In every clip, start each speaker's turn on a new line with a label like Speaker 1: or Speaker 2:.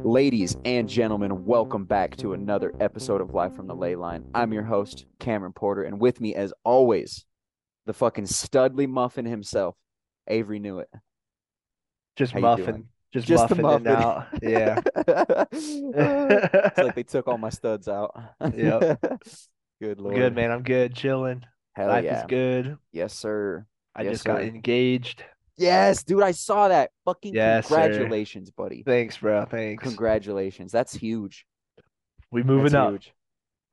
Speaker 1: Ladies and gentlemen, welcome back to another episode of Live from the Ley Line. I'm your host, Cameron Porter, and with me, as always, the fucking Studley Muffin himself, Avery Newitt.
Speaker 2: Just
Speaker 1: How you
Speaker 2: muffin.
Speaker 1: doing?
Speaker 2: Just,
Speaker 1: Just the
Speaker 2: muffin, it out. Yeah.
Speaker 1: it's like they took all my studs out.
Speaker 2: Yep.
Speaker 1: good lord.
Speaker 2: good, man. I'm good. Chilling.
Speaker 1: Hell
Speaker 2: Life
Speaker 1: yeah.
Speaker 2: is good.
Speaker 1: Yes, sir.
Speaker 2: I
Speaker 1: Yes,
Speaker 2: just got
Speaker 1: sir.
Speaker 2: engaged.
Speaker 1: Yes, dude, I saw that. Fucking
Speaker 2: Yes, sir.
Speaker 1: congratulations, buddy.
Speaker 2: Thanks, bro. Thanks.
Speaker 1: Congratulations. That's huge.
Speaker 2: we moving
Speaker 1: That's
Speaker 2: up.
Speaker 1: huge.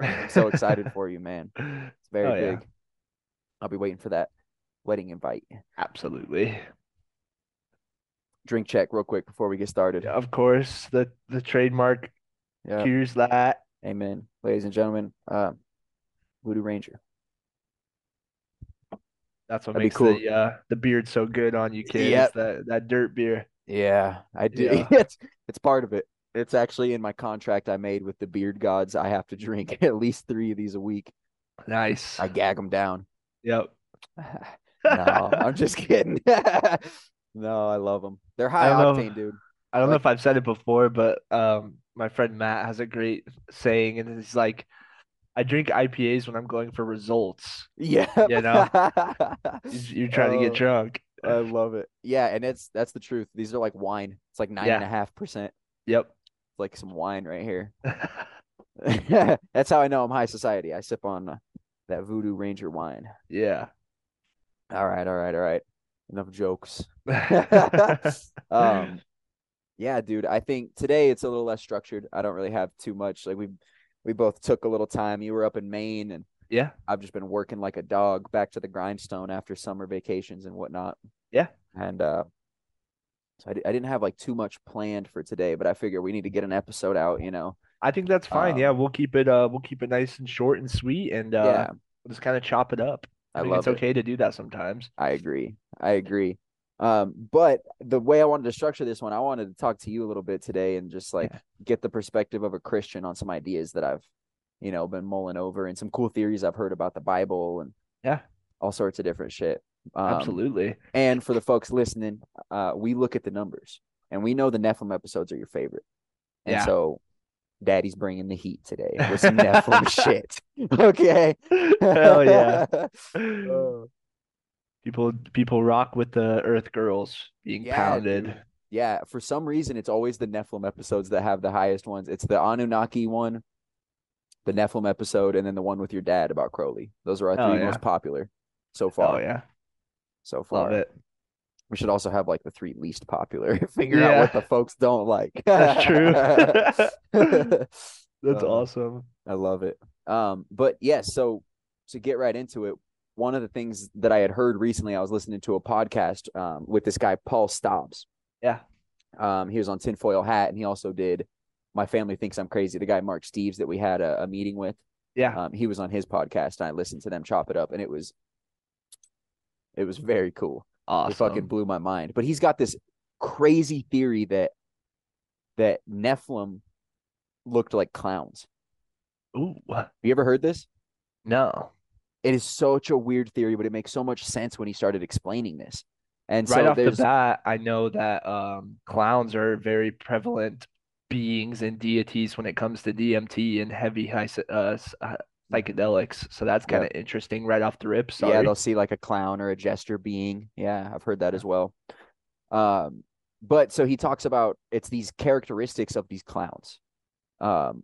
Speaker 1: I'm so excited for you, man. It's very
Speaker 2: Oh, yeah.
Speaker 1: big. I'll be waiting for that wedding invite.
Speaker 2: Absolutely.
Speaker 1: Drink check real quick before we get started.
Speaker 2: Of course, the the trademark
Speaker 1: Yeah.
Speaker 2: Cheers that.
Speaker 1: Amen. Ladies and gentlemen, uh, Voodoo Ranger.
Speaker 2: That's what
Speaker 1: That'd be
Speaker 2: makes
Speaker 1: cool.
Speaker 2: the uh, the beard so good on you, kids.
Speaker 1: Yep.
Speaker 2: That that dirt beer.
Speaker 1: Yeah, I do.
Speaker 2: Yeah.
Speaker 1: it's, it's part of it. It's actually in my contract I made with the beard gods. I have to drink at least three of these a week.
Speaker 2: Nice.
Speaker 1: I gag them down.
Speaker 2: Yep.
Speaker 1: No, I'm just kidding. no, I love them. They're high
Speaker 2: I love-
Speaker 1: octane, dude.
Speaker 2: I don't know if I've said it before, but um, my friend Matt has a great saying, and it's like, I drink IPAs when I'm going for results.
Speaker 1: Yeah,
Speaker 2: You know?
Speaker 1: know,
Speaker 2: You're trying to
Speaker 1: Oh.
Speaker 2: get drunk.
Speaker 1: I love it. Yeah, and it's that's the truth. These are like wine. It's like nine
Speaker 2: Yeah.
Speaker 1: and a half percent.
Speaker 2: Yep.
Speaker 1: It's like some wine right here. that's how I know I'm high society. I sip on uh, that Voodoo Ranger wine.
Speaker 2: Yeah.
Speaker 1: All right, all right, all right. Enough jokes. um, yeah, dude. I think today it's a little less structured. I don't really have too much. Like we we both took a little time. You were up in Maine, and
Speaker 2: Yeah.
Speaker 1: I've just been working like a dog back to the grindstone after summer vacations and whatnot.
Speaker 2: Yeah.
Speaker 1: And uh, so I, di- I didn't have like too much planned for today, but I figure we need to get an episode out. You know.
Speaker 2: I think that's fine.
Speaker 1: Um.
Speaker 2: Yeah, we'll keep it uh we'll keep it nice and short and sweet and uh
Speaker 1: yeah,
Speaker 2: we'll just kind of chop it up.
Speaker 1: I,
Speaker 2: think
Speaker 1: love
Speaker 2: it's
Speaker 1: it.
Speaker 2: okay to do that sometimes.
Speaker 1: I agree. I agree. Um, but the way I wanted to structure this one, I wanted to talk to you a little bit today and just like get the perspective of a Christian on some ideas that I've, you know, been mulling over and some cool theories I've heard about the Bible and
Speaker 2: Yeah.
Speaker 1: all sorts of different shit. Um,
Speaker 2: Absolutely.
Speaker 1: And for the folks listening, uh, we look at the numbers and we know the Nephilim episodes are your favorite. And
Speaker 2: Yeah.
Speaker 1: so daddy's bringing the heat today with some Nephilim shit. Okay.
Speaker 2: Hell yeah.
Speaker 1: Oh.
Speaker 2: People people rock with the Earth Girls being
Speaker 1: Yeah,
Speaker 2: pounded.
Speaker 1: dude. Yeah, for some reason, it's always the Nephilim episodes that have the highest ones. It's the Anunnaki one, the Nephilim episode, and then the one with your dad about Crowley. Those are our
Speaker 2: Oh,
Speaker 1: three
Speaker 2: yeah.
Speaker 1: most popular so
Speaker 2: Oh
Speaker 1: far.
Speaker 2: yeah.
Speaker 1: So
Speaker 2: Love
Speaker 1: far,
Speaker 2: it.
Speaker 1: we should also have like the three least popular. Figure out
Speaker 2: Yeah.
Speaker 1: what the folks don't like.
Speaker 2: That's true. That's
Speaker 1: Uh,
Speaker 2: awesome.
Speaker 1: I love it. Um, but yes, so to get right into it, one of the things that I had heard recently, I was listening to a podcast um, with this guy Paul Stobbs.
Speaker 2: Yeah.
Speaker 1: Um, he was on Tinfoil Hat, and he also did My Family Thinks I'm Crazy. The guy Mark Steves that we had a, a meeting with,
Speaker 2: Yeah.
Speaker 1: um, he was on his podcast, and I listened to them chop it up, and it was it was very cool. It fucking
Speaker 2: Awesome.
Speaker 1: blew my mind. But he's got this crazy theory that that Nephilim looked like clowns.
Speaker 2: Ooh.
Speaker 1: You ever heard this?
Speaker 2: No.
Speaker 1: it is such a weird theory, but it makes so much sense when he started explaining this. And
Speaker 2: Right
Speaker 1: so
Speaker 2: off the
Speaker 1: there's
Speaker 2: bat, I know that um clowns are very prevalent beings and deities when it comes to DMT and heavy high uh, s- uh, psychedelics. So that's
Speaker 1: Yeah.
Speaker 2: kind of interesting right off the rip.
Speaker 1: yeah,
Speaker 2: Sorry.
Speaker 1: they'll see like a clown or a jester being. Yeah, I've heard that as well. Um, but so he talks about it's these characteristics of these clowns, um,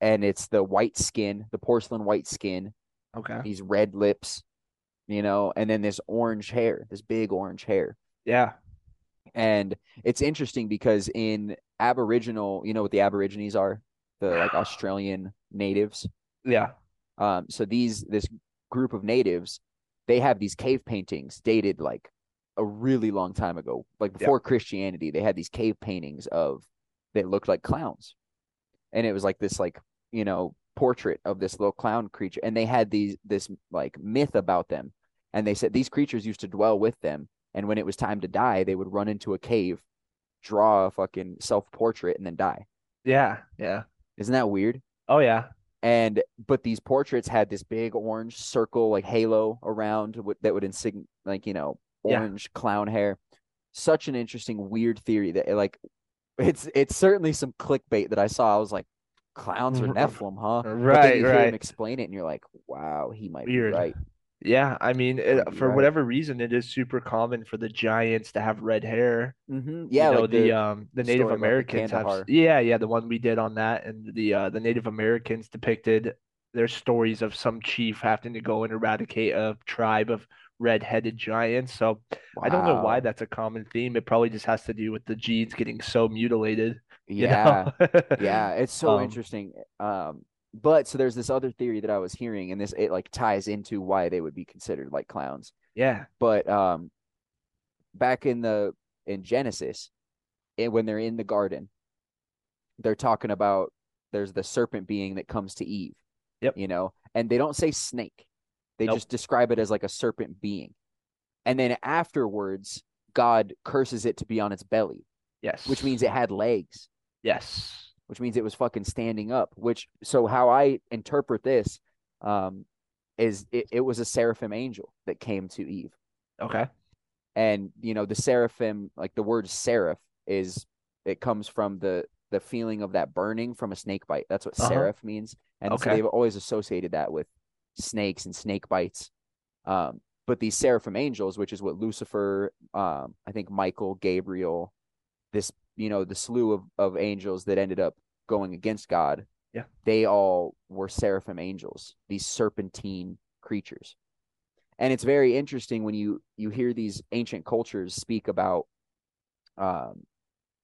Speaker 1: and it's the white skin, the porcelain white skin,
Speaker 2: Okay.
Speaker 1: these red lips, you know, and then this orange hair, this big orange hair.
Speaker 2: Yeah.
Speaker 1: And it's interesting because in Aboriginal, you know what the Aborigines are, the like Australian natives.
Speaker 2: Yeah.
Speaker 1: Um, so these this group of natives, they have these cave paintings dated like a really long time ago, like before Christianity. They had these cave paintings of that looked like clowns, and it was like this like you know portrait of this little clown creature, and they had these this like myth about them, and they said these creatures used to dwell with them, and when it was time to die, they would run into a cave, draw a fucking self portrait, and then die.
Speaker 2: Yeah. Yeah.
Speaker 1: Isn't that weird?
Speaker 2: Oh yeah.
Speaker 1: and but these portraits had this big orange circle like halo around w- that would insign like you know
Speaker 2: Yeah.
Speaker 1: orange clown hair such an interesting weird theory that eh, like it's it's certainly some clickbait that i saw i was like clowns are
Speaker 2: R-
Speaker 1: nephilim huh but then
Speaker 2: Right,
Speaker 1: you hear him
Speaker 2: right.
Speaker 1: explain it and you're like wow he might
Speaker 2: Weird.
Speaker 1: be right
Speaker 2: Yeah, I mean, it,
Speaker 1: You're
Speaker 2: for
Speaker 1: right.
Speaker 2: whatever reason, it is super common for the giants to have red hair.
Speaker 1: hmm
Speaker 2: You
Speaker 1: yeah
Speaker 2: know,
Speaker 1: like
Speaker 2: Mm-hmm. the,
Speaker 1: the,
Speaker 2: um the
Speaker 1: story
Speaker 2: Native
Speaker 1: about the
Speaker 2: Americans have s-
Speaker 1: Kandahar.
Speaker 2: yeah, yeah, the one we did on that and the uh the Native Americans depicted their stories of some chief having to go and eradicate a tribe of red-headed giants. So I don't know why
Speaker 1: wow.
Speaker 2: that's a common theme. It probably just has to do with the genes getting so mutilated, you
Speaker 1: yeah
Speaker 2: know?
Speaker 1: yeah it's so
Speaker 2: Um,
Speaker 1: interesting um but so there's this other theory that i was hearing and this it like ties into why they would be considered like clowns
Speaker 2: Yeah.
Speaker 1: but um back in the in genesis it, when they're in the garden they're talking about there's the serpent being that comes to eve
Speaker 2: Yep.
Speaker 1: you know and they don't say snake they
Speaker 2: Nope.
Speaker 1: just describe it as like a serpent being and then afterwards god curses it to be on its belly
Speaker 2: Yes.
Speaker 1: which means it had legs
Speaker 2: Yes.
Speaker 1: which means it was fucking standing up. Which so how I interpret this um, is it, it was a seraphim angel that came to Eve,
Speaker 2: Okay.
Speaker 1: and you know the seraphim, like the word seraph, is it comes from the the feeling of that burning from a snake bite. That's what
Speaker 2: Uh-huh.
Speaker 1: seraph means, and so
Speaker 2: Okay.
Speaker 1: they've always associated that with snakes and snake bites. Um, but these seraphim angels, which is what Lucifer, um, I think Michael, Gabriel, this you know the slew of, of angels that ended up going against God,
Speaker 2: Yeah.
Speaker 1: they all were seraphim angels, these serpentine creatures. And it's very interesting when you you hear these ancient cultures speak about um,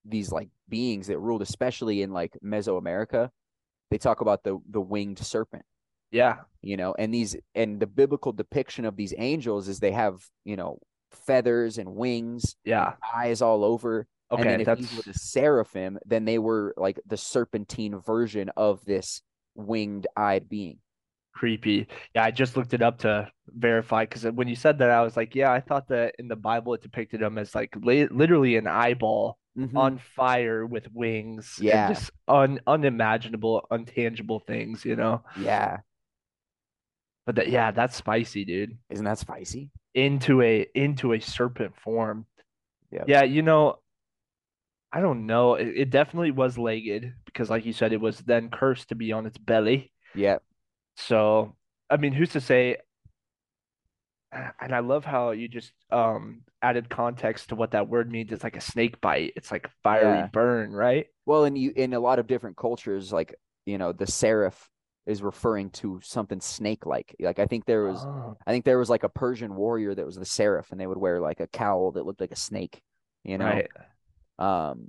Speaker 1: these like beings that ruled, especially in like Mesoamerica. They talk about the the winged serpent
Speaker 2: Yeah.
Speaker 1: you know and these and the biblical depiction of these angels is they have you know feathers and wings
Speaker 2: Yeah.
Speaker 1: eyes all over and then
Speaker 2: Okay,
Speaker 1: if these were
Speaker 2: that's
Speaker 1: the seraphim then they were like the serpentine version of this winged eyed being
Speaker 2: Creepy. Yeah, I just looked it up to verify because when you said that, I was like, yeah, I thought that in the Bible it depicted them as like li- literally an eyeball on fire with wings and
Speaker 1: Hmm. Yeah.
Speaker 2: just un unimaginable, untangible things, you know?
Speaker 1: yeah
Speaker 2: But that, yeah, that's spicy, dude.
Speaker 1: isn't that spicy
Speaker 2: Into a into a serpent form.
Speaker 1: Yep.
Speaker 2: Yeah, you know, I don't know. It, it definitely was legged because, like you said, it was then cursed to be on its belly.
Speaker 1: yeah
Speaker 2: So, I mean, who's to say? a- And I love how you just um added context to what that word means. It's like a snake bite. It's like fiery
Speaker 1: Yeah.
Speaker 2: burn, right?
Speaker 1: well and you in a lot of different cultures like you know the seraph is referring to something snake like like i think there was
Speaker 2: Oh,
Speaker 1: i think there was like a persian warrior that was the seraph and they would wear like a cowl that looked like a snake you know
Speaker 2: right.
Speaker 1: um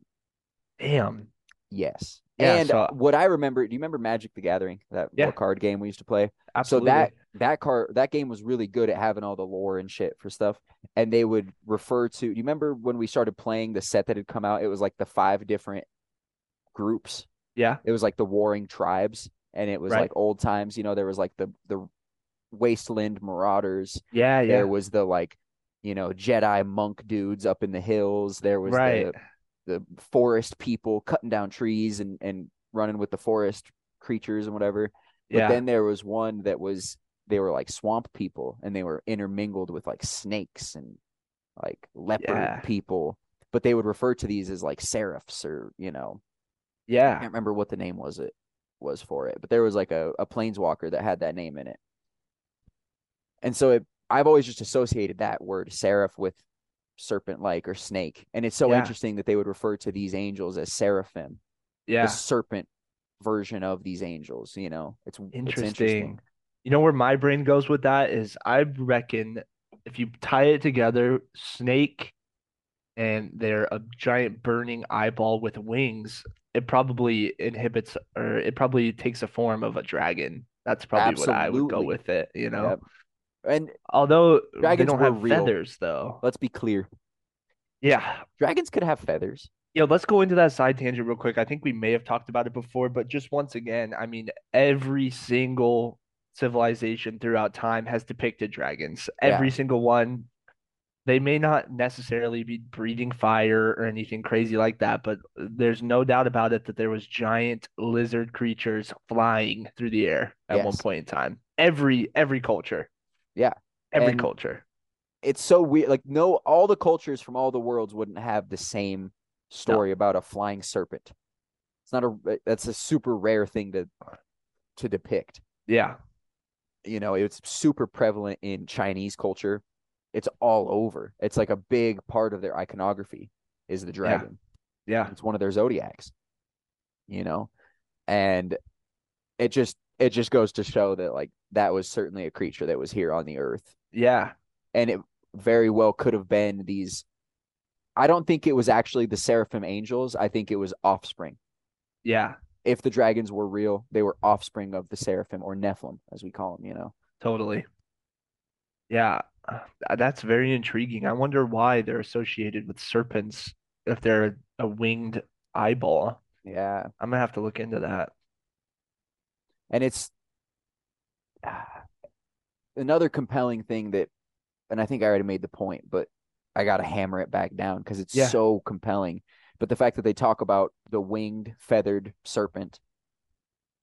Speaker 2: Damn.
Speaker 1: Yes.
Speaker 2: Yeah,
Speaker 1: and
Speaker 2: so-
Speaker 1: what I remember, do you remember Magic the Gathering, that
Speaker 2: Yeah.
Speaker 1: little card game we used to play? So
Speaker 2: Absolutely.
Speaker 1: that that card that game was really good at having all the lore and shit for stuff. And they would refer to. Do you remember when we started playing the set that had come out? It was like the five different groups.
Speaker 2: Yeah.
Speaker 1: It was like the warring tribes, and it was
Speaker 2: Right.
Speaker 1: like old times. You know, there was like the the wasteland marauders.
Speaker 2: Yeah.
Speaker 1: There
Speaker 2: Yeah.
Speaker 1: was the like, you know, Jedi monk dudes up in the hills. There was
Speaker 2: Right.
Speaker 1: the the forest people cutting down trees and and running with the forest creatures and whatever. But
Speaker 2: Yeah.
Speaker 1: then there was one that was they were like swamp people and they were intermingled with like snakes and like leopard
Speaker 2: Yeah.
Speaker 1: people. But they would refer to these as like seraphs or you know I
Speaker 2: Yeah.
Speaker 1: can't remember what the name was it was for it. But there was like a, a planeswalker that had that name in it. And so it I've always just associated that word seraph with serpent like or snake. And it's so
Speaker 2: Yeah.
Speaker 1: interesting that they would refer to these angels as seraphim,
Speaker 2: Yeah.
Speaker 1: the serpent version of these angels, you know. It's it's
Speaker 2: Interesting.
Speaker 1: interesting.
Speaker 2: You know where my brain goes with that is I reckon if you tie it together, snake and they're a giant burning eyeball with wings, it probably inhibits or it probably takes a form of a dragon. That's probably what I would go
Speaker 1: Absolutely.
Speaker 2: with it, you know.
Speaker 1: Yep. And
Speaker 2: Although they
Speaker 1: Dragons
Speaker 2: don't
Speaker 1: were
Speaker 2: have
Speaker 1: real.
Speaker 2: feathers though.
Speaker 1: let's be clear.
Speaker 2: Yeah.
Speaker 1: Dragons could have feathers.
Speaker 2: Yo, let's go into that side tangent real quick. I think we may have talked about it before, but just once again, I mean, every single civilization throughout time has depicted dragons.
Speaker 1: Yeah.
Speaker 2: Every single one. they may not necessarily be breathing fire or anything crazy like that, but there's no doubt about it that there was giant lizard creatures flying through the air at one
Speaker 1: Yes.
Speaker 2: point in time. Every every culture.
Speaker 1: Yeah.
Speaker 2: Every
Speaker 1: And-
Speaker 2: culture.
Speaker 1: It's so weird. Like no, all the cultures from all the worlds wouldn't have the same story about a flying serpent. It's not a. eh, That's a super rare thing to to depict.
Speaker 2: Yeah.
Speaker 1: you know it's super prevalent in chinese culture it's all over it's like a big part of their iconography is the dragon
Speaker 2: Yeah.
Speaker 1: it's one of their zodiacs you know and it just it just goes to show that like that was certainly a creature that was here on the earth
Speaker 2: Yeah.
Speaker 1: and it very well could have been these i don't think it was actually the seraphim angels i think it was offspring
Speaker 2: Yeah.
Speaker 1: if the dragons were real they were offspring of the seraphim or nephilim as we call them you know
Speaker 2: Totally. Yeah. Uh, That's very intriguing. I wonder why they're associated with serpents if they're a winged eyeball.
Speaker 1: yeah
Speaker 2: I'm gonna have to look into that.
Speaker 1: and it's ah, another compelling thing that and i think i already made the point but i gotta hammer it back down because it's
Speaker 2: Yeah.
Speaker 1: so compelling but the fact that they talk about the winged feathered serpent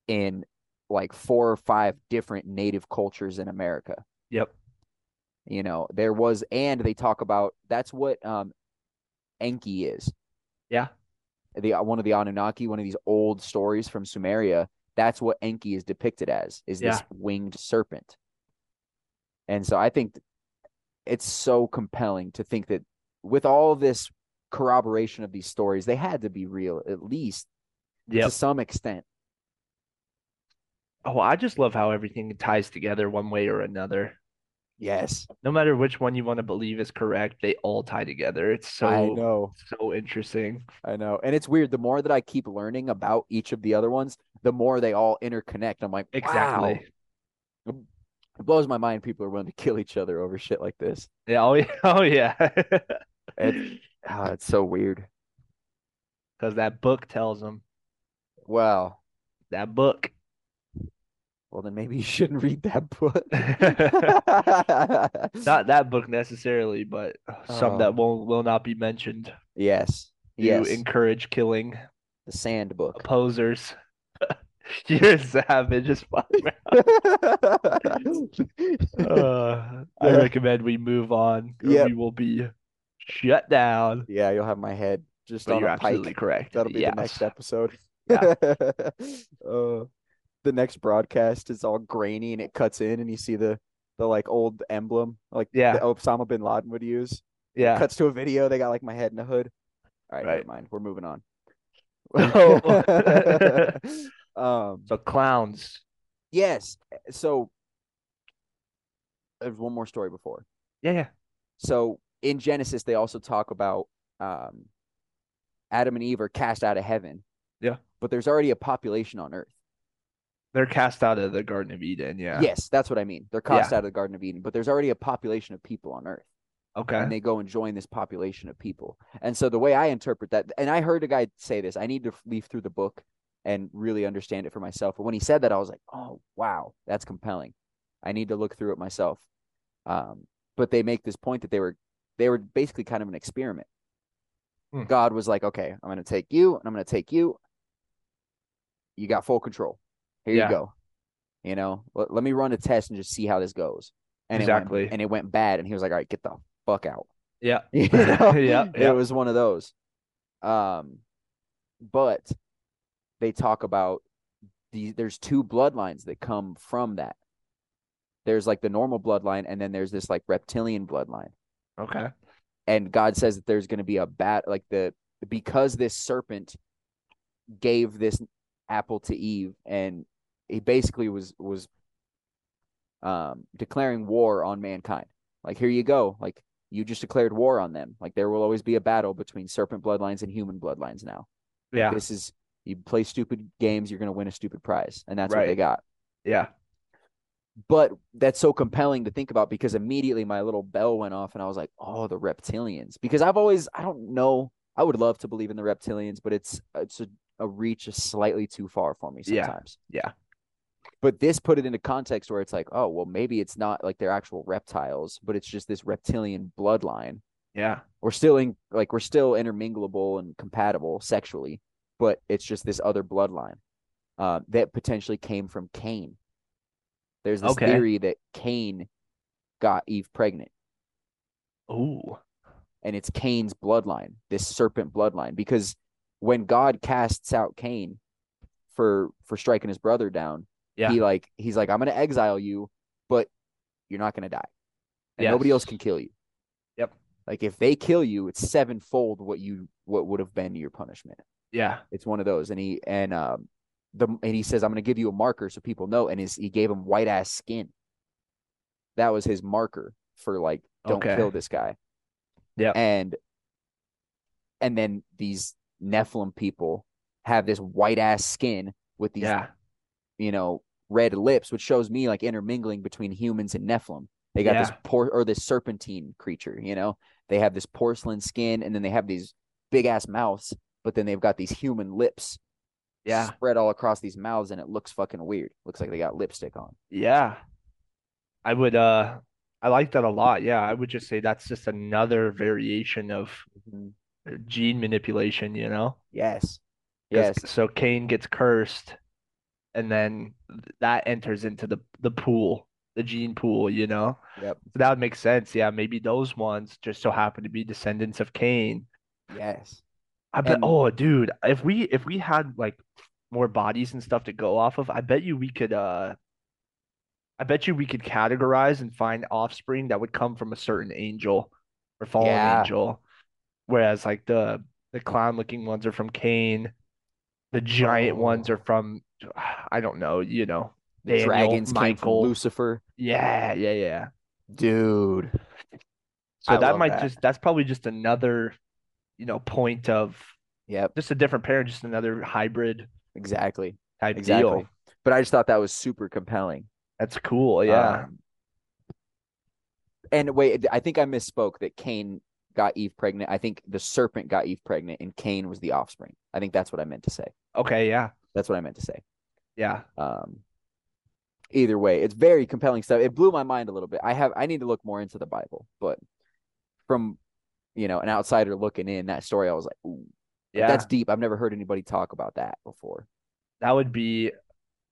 Speaker 1: in like four or five different native cultures in america
Speaker 2: Yep.
Speaker 1: you know there was and they talk about that's what um enki is
Speaker 2: Yeah.
Speaker 1: the uh, one of the anunnaki one of these old stories from sumeria that's what enki is depicted as is this winged serpent and so i think th- it's so compelling to think that with all this corroboration of these stories they had to be real at least to
Speaker 2: Yep.
Speaker 1: some extent
Speaker 2: Oh, I just love how everything ties together one way or another.
Speaker 1: yes
Speaker 2: No matter which one you want to believe is correct, they all tie together. It's
Speaker 1: i
Speaker 2: so
Speaker 1: know
Speaker 2: so interesting.
Speaker 1: I know. And it's weird. The more that I keep learning about each of the other ones, the more they all interconnect. I'm like, exactly.
Speaker 2: Exactly.
Speaker 1: It blows my mind people are willing to kill each other over shit like this.
Speaker 2: Yeah. Oh yeah. Oh yeah.
Speaker 1: It's, ah, it's so weird.
Speaker 2: Because that book tells them
Speaker 1: Well,
Speaker 2: that book.
Speaker 1: well, then maybe you shouldn't read that book.
Speaker 2: Not that book necessarily, but some
Speaker 1: Oh.
Speaker 2: that will will not be mentioned.
Speaker 1: yes.
Speaker 2: You
Speaker 1: Yes.
Speaker 2: encourage killing
Speaker 1: the sand book.
Speaker 2: opposers. You're a savage as fuck, man. Uh, I
Speaker 1: Uh,
Speaker 2: recommend we move on. or
Speaker 1: yep.
Speaker 2: We will be shut down.
Speaker 1: yeah, you'll have my head just
Speaker 2: But
Speaker 1: on
Speaker 2: you're
Speaker 1: a pike.
Speaker 2: absolutely correct.
Speaker 1: That'll be
Speaker 2: yes.
Speaker 1: the next episode.
Speaker 2: Yeah.
Speaker 1: uh, the next broadcast is all grainy and it cuts in, and you see the the like old emblem, like
Speaker 2: Yeah.
Speaker 1: that Osama bin Laden would use.
Speaker 2: Yeah.
Speaker 1: Cuts to a video. They got like my head in a hood. All right,
Speaker 2: Right.
Speaker 1: never mind. We're moving on.
Speaker 2: Oh.
Speaker 1: um,
Speaker 2: So clowns.
Speaker 1: yes. So there's one more story before.
Speaker 2: Yeah, yeah.
Speaker 1: So in Genesis, they also talk about um, Adam and Eve are cast out of heaven.
Speaker 2: Yeah.
Speaker 1: But there's already a population on earth.
Speaker 2: They're cast out of the Garden of Eden. Yeah.
Speaker 1: Yes, that's what I mean. They're cast
Speaker 2: Yeah.
Speaker 1: out of the Garden of Eden, but there's already a population of people on Earth,
Speaker 2: Okay.
Speaker 1: and they go and join this population of people. And so the way I interpret that, and I heard a guy say this, I need to leaf through the book and really understand it for myself. But when he said that, I was like, oh wow, that's compelling. I need to look through it myself. Um, but they make this point that they were they were basically kind of an experiment.
Speaker 2: Hmm.
Speaker 1: God was like, okay, I'm going to take you, and I'm going to take you. You got full control. Here
Speaker 2: Yeah.
Speaker 1: you go you know let, let me run a test and just see how this goes and it
Speaker 2: Exactly.
Speaker 1: went, and it went bad and he was like all right get the fuck out
Speaker 2: Yeah.
Speaker 1: You know?
Speaker 2: Yeah, yeah.
Speaker 1: it was one of those um but they talk about the there's two bloodlines that come from that there's like the normal bloodline and then there's this like reptilian bloodline
Speaker 2: Okay.
Speaker 1: and God says that there's going to be a bat like the because this serpent gave this apple to Eve and he basically was was um declaring war on mankind. Like here you go. Like you just declared war on them. Like there will always be a battle between serpent bloodlines and human bloodlines now.
Speaker 2: Yeah.
Speaker 1: This is you play stupid games, you're going to win a stupid prize and that's what they
Speaker 2: Right.
Speaker 1: got
Speaker 2: Yeah.
Speaker 1: but that's so compelling to think about because immediately my little bell went off and I was like, "Oh, the reptilians." Because I've always I don't know, I would love to believe in the reptilians, but it's it's a, a reach is slightly too far for me
Speaker 2: Yeah.
Speaker 1: sometimes.
Speaker 2: Yeah.
Speaker 1: but this put it into context where it's like, oh, well, maybe it's not like they're actual reptiles, but it's just this reptilian bloodline.
Speaker 2: Yeah.
Speaker 1: We're still in like we're still intermingleable and compatible sexually, but it's just this other bloodline uh, that potentially came from Cain. There's this
Speaker 2: Okay.
Speaker 1: theory that Cain got Eve pregnant,
Speaker 2: Ooh.
Speaker 1: and it's Cain's bloodline, this serpent bloodline, because when God casts out Cain for for striking his brother down,
Speaker 2: Yeah.
Speaker 1: he like he's like, I'm gonna exile you, but you're not gonna die. And nobody else
Speaker 2: Yes.
Speaker 1: can kill you.
Speaker 2: Yep.
Speaker 1: Like if they kill you, it's sevenfold what you what would have been your punishment.
Speaker 2: Yeah.
Speaker 1: It's one of those. And he and um the and he says, I'm gonna give you a marker so people know. And his he gave him white ass skin. That was his marker for like, don't
Speaker 2: Okay.
Speaker 1: kill this guy.
Speaker 2: Yep.
Speaker 1: And and then these Nephilim people have this white ass skin with these
Speaker 2: Yeah.
Speaker 1: you know, red lips, which shows me like intermingling between humans and Nephilim. They got this
Speaker 2: Yeah.
Speaker 1: por or this serpentine creature, you know. They have this porcelain skin and then they have these big ass mouths, but then they've got these human lips
Speaker 2: Yeah.
Speaker 1: spread all across these mouths and it looks fucking weird. Looks like they got lipstick on.
Speaker 2: Yeah. I would uh I like that a lot. Yeah, I would just say that's just another variation of gene manipulation, you know?
Speaker 1: Mm-hmm. Yes.
Speaker 2: 'Cause-
Speaker 1: Yes.
Speaker 2: So Cain gets cursed and then that enters into the the pool, the gene pool, you know?
Speaker 1: Yep.
Speaker 2: So that would make sense. Yeah, maybe those ones just so happen to be descendants of Cain.
Speaker 1: Yes.
Speaker 2: I bet
Speaker 1: And-
Speaker 2: oh dude, if we if we had like more bodies and stuff to go off of, I bet you we could uh I bet you we could categorize and find offspring that would come from a certain angel or fallen
Speaker 1: Yeah.
Speaker 2: angel. Whereas like the the clown looking ones are from Cain, the giant ones
Speaker 1: Oh.
Speaker 2: are from I don't know, you know.
Speaker 1: The
Speaker 2: Daniel,
Speaker 1: dragons came from
Speaker 2: Michael.
Speaker 1: Lucifer.
Speaker 2: Yeah, yeah, yeah.
Speaker 1: Dude.
Speaker 2: So
Speaker 1: I
Speaker 2: that
Speaker 1: love
Speaker 2: might
Speaker 1: that.
Speaker 2: just that's probably just another, you know, point of
Speaker 1: Yep.
Speaker 2: just a different parent, just another hybrid
Speaker 1: Exactly.
Speaker 2: type
Speaker 1: Exactly.
Speaker 2: deal.
Speaker 1: But I just thought that was super compelling.
Speaker 2: That's cool. Yeah.
Speaker 1: Um, and wait, I think I misspoke that Cain got Eve pregnant. I think the serpent got Eve pregnant and Cain was the offspring. I think that's what I meant to say.
Speaker 2: okay. Yeah.
Speaker 1: That's what I meant to say.
Speaker 2: Yeah.
Speaker 1: Um either way, it's very compelling stuff. It blew my mind a little bit. I have I need to look more into the Bible, but from you know, an outsider looking in that story, I was like, ooh, like,
Speaker 2: Yeah.
Speaker 1: that's deep. I've never heard anybody talk about that before.
Speaker 2: that would be.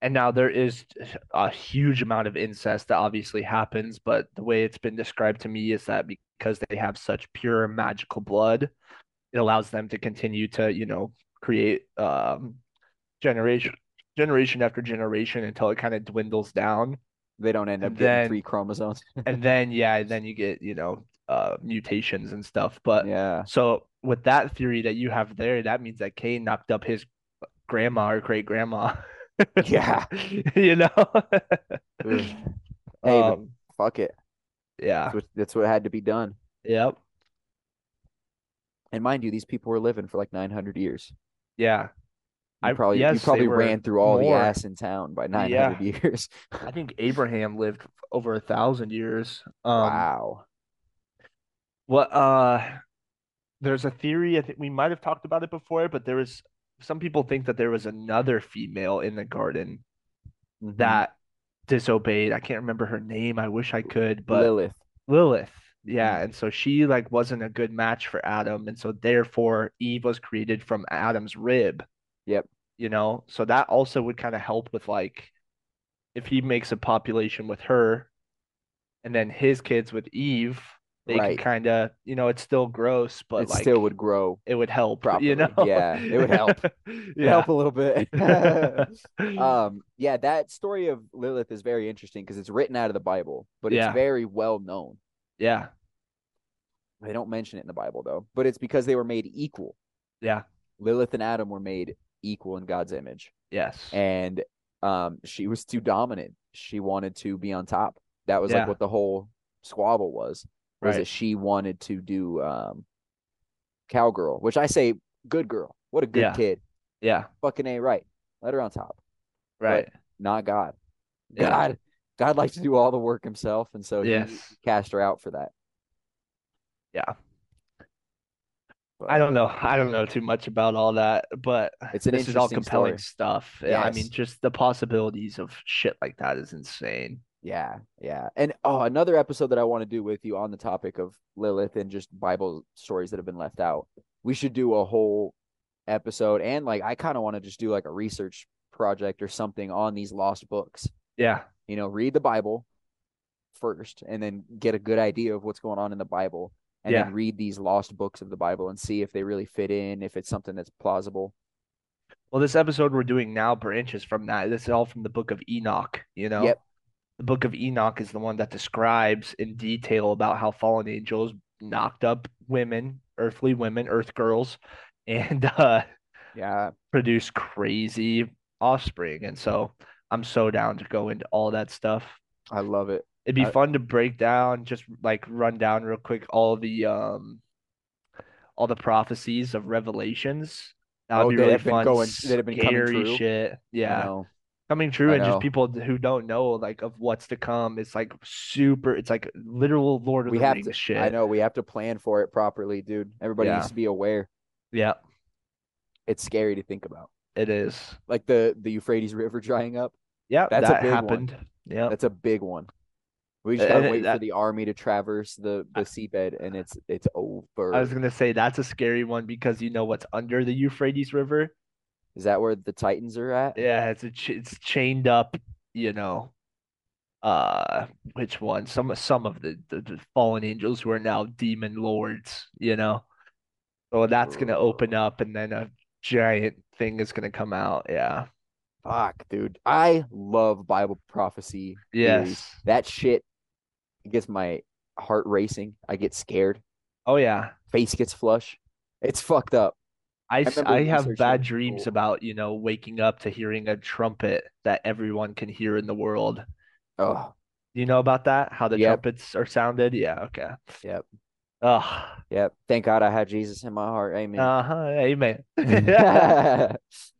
Speaker 2: And now there is a huge amount of incest that obviously happens, but the way it's been described to me is that because they have such pure magical blood, it allows them to continue to, you know, create um, generation generation after generation until it kind of dwindles down.
Speaker 1: They don't end up
Speaker 2: And
Speaker 1: getting
Speaker 2: then-
Speaker 1: three chromosomes.
Speaker 2: and then yeah, and then you get you know uh, mutations and stuff. But
Speaker 1: yeah.
Speaker 2: so with that theory that you have there, that means that Cain knocked up his grandma or great grandma.
Speaker 1: Yeah.
Speaker 2: you know.
Speaker 1: Ugh. but-
Speaker 2: Um, ah.
Speaker 1: Fuck it.
Speaker 2: yeah.
Speaker 1: That's what, that's what had to be done.
Speaker 2: Yep.
Speaker 1: And mind you, these people were living for like 900 years.
Speaker 2: Yeah.
Speaker 1: You
Speaker 2: I-
Speaker 1: probably you
Speaker 2: yes, they
Speaker 1: probably
Speaker 2: were
Speaker 1: ran through all
Speaker 2: more. Um,
Speaker 1: the ass in town by 900 years.
Speaker 2: I think Abraham lived over a thousand years. Um,
Speaker 1: wow.
Speaker 2: What uh there's a theory, I think we might have talked about it before, but there was some people think that there was another female in the garden
Speaker 1: Mhm.
Speaker 2: that disobeyed. I can't remember her name. I wish I could, but
Speaker 1: Lilith.
Speaker 2: Lilith. Yeah,
Speaker 1: Mm.
Speaker 2: and so she like wasn't a good match for Adam, and so therefore Eve was created from Adam's rib.
Speaker 1: Yep.
Speaker 2: You know, so that also would kind of help with like if he makes a population with her and then his kids with Eve, they
Speaker 1: Right.
Speaker 2: could kind of, you know, it's still gross, but
Speaker 1: it
Speaker 2: like
Speaker 1: still would grow.
Speaker 2: it would help,
Speaker 1: properly.
Speaker 2: you know?
Speaker 1: Yeah, it would help. It'd
Speaker 2: Yeah.
Speaker 1: Help a little bit. um yeah, that story of Lilith is very interesting because it's written out of the Bible, but it's
Speaker 2: Yeah.
Speaker 1: very well known.
Speaker 2: Yeah.
Speaker 1: They don't mention it in the Bible though, but it's because they were made equal.
Speaker 2: Yeah.
Speaker 1: Lilith and Adam were made equal in God's image.
Speaker 2: Yes.
Speaker 1: and um she was too dominant she wanted to be on top that was
Speaker 2: Yeah.
Speaker 1: like what the whole squabble was was
Speaker 2: Right.
Speaker 1: that she wanted to do um cowgirl which i say good girl what a good
Speaker 2: Yeah.
Speaker 1: kid
Speaker 2: Yeah.
Speaker 1: fucking a right let her on top
Speaker 2: Right.
Speaker 1: not god
Speaker 2: Yeah.
Speaker 1: god god likes to do all the work himself and so he
Speaker 2: Yes.
Speaker 1: cast her out for that
Speaker 2: Yeah.
Speaker 1: But
Speaker 2: I don't know. I don't know too much about all that, but
Speaker 1: It's an
Speaker 2: this is all
Speaker 1: interesting
Speaker 2: compelling
Speaker 1: story.
Speaker 2: stuff. Yeah, I mean,
Speaker 1: Yes.
Speaker 2: just the possibilities of shit like that is insane.
Speaker 1: Yeah, yeah. And oh, another episode that I want to do with you on the topic of Lilith and just Bible stories that have been left out. We should do a whole episode and like I kind of want to just do like a research project or something on these lost books.
Speaker 2: Yeah,
Speaker 1: You know, read the Bible first and then get a good idea of what's going on in the Bible and
Speaker 2: Yeah.
Speaker 1: then read these lost books of the Bible and see if they really fit in, if it's something that's plausible.
Speaker 2: Well, this episode we're doing now branches from that. This is all from the book of Enoch, you know?
Speaker 1: Yep.
Speaker 2: The book of Enoch is the one that describes in detail about how fallen angels knocked up women, earthly women, earth girls, and uh,
Speaker 1: Yeah.
Speaker 2: produce crazy offspring. And so I'm so down to go into all that stuff.
Speaker 1: I love it.
Speaker 2: It'd be
Speaker 1: I-
Speaker 2: fun to break down, just like run down real quick all the um all the prophecies of Revelations. That would
Speaker 1: Oh,
Speaker 2: be
Speaker 1: that
Speaker 2: really
Speaker 1: have been
Speaker 2: fun.
Speaker 1: going- that have been coming
Speaker 2: Scary
Speaker 1: true.
Speaker 2: shit.
Speaker 1: You
Speaker 2: Yeah.
Speaker 1: know,
Speaker 2: Coming true
Speaker 1: I
Speaker 2: and just
Speaker 1: know.
Speaker 2: people who don't know like of what's to come. It's like super it's like literal Lord of
Speaker 1: We
Speaker 2: the
Speaker 1: have
Speaker 2: Rings
Speaker 1: to-
Speaker 2: shit.
Speaker 1: I know we have to plan for it properly, dude. Everybody
Speaker 2: Yeah.
Speaker 1: needs to be aware.
Speaker 2: Yeah,
Speaker 1: it's scary to think about.
Speaker 2: it is.
Speaker 1: Like the the Euphrates River drying up,
Speaker 2: Yeah,
Speaker 1: That's a
Speaker 2: that
Speaker 1: big one.
Speaker 2: happened. Yeah.
Speaker 1: that's a big one. We just gotta
Speaker 2: And
Speaker 1: wait for
Speaker 2: Oh. Uh, that-
Speaker 1: the army to traverse the the seabed, and it's it's over.
Speaker 2: I was gonna say that's a scary one because you know what's under the Euphrates River.
Speaker 1: Is that where the Titans are at?
Speaker 2: Yeah, it's a ch- it's chained up. You know, uh, which one? Some some of the, the the fallen angels who are now demon lords. You know, so that's gonna open up, and then a giant thing is gonna come out. Yeah.
Speaker 1: Fuck, dude. I love Bible prophecy. theories.
Speaker 2: Yes.
Speaker 1: that shit gets my heart racing. I get scared.
Speaker 2: Oh yeah.
Speaker 1: Face gets flush. It's fucked up.
Speaker 2: I, s-
Speaker 1: remember
Speaker 2: I have
Speaker 1: researching
Speaker 2: bad
Speaker 1: it.
Speaker 2: dreams
Speaker 1: Cool.
Speaker 2: about, you know, waking up to hearing a trumpet that everyone can hear in the world.
Speaker 1: Oh,
Speaker 2: You know about that? How the
Speaker 1: Yep.
Speaker 2: trumpets are sounded? Yeah, okay.
Speaker 1: Yep.
Speaker 2: Ugh.
Speaker 1: yeah. Thank God I had Jesus in my heart. Amen.
Speaker 2: Uh-huh. Amen. Uh,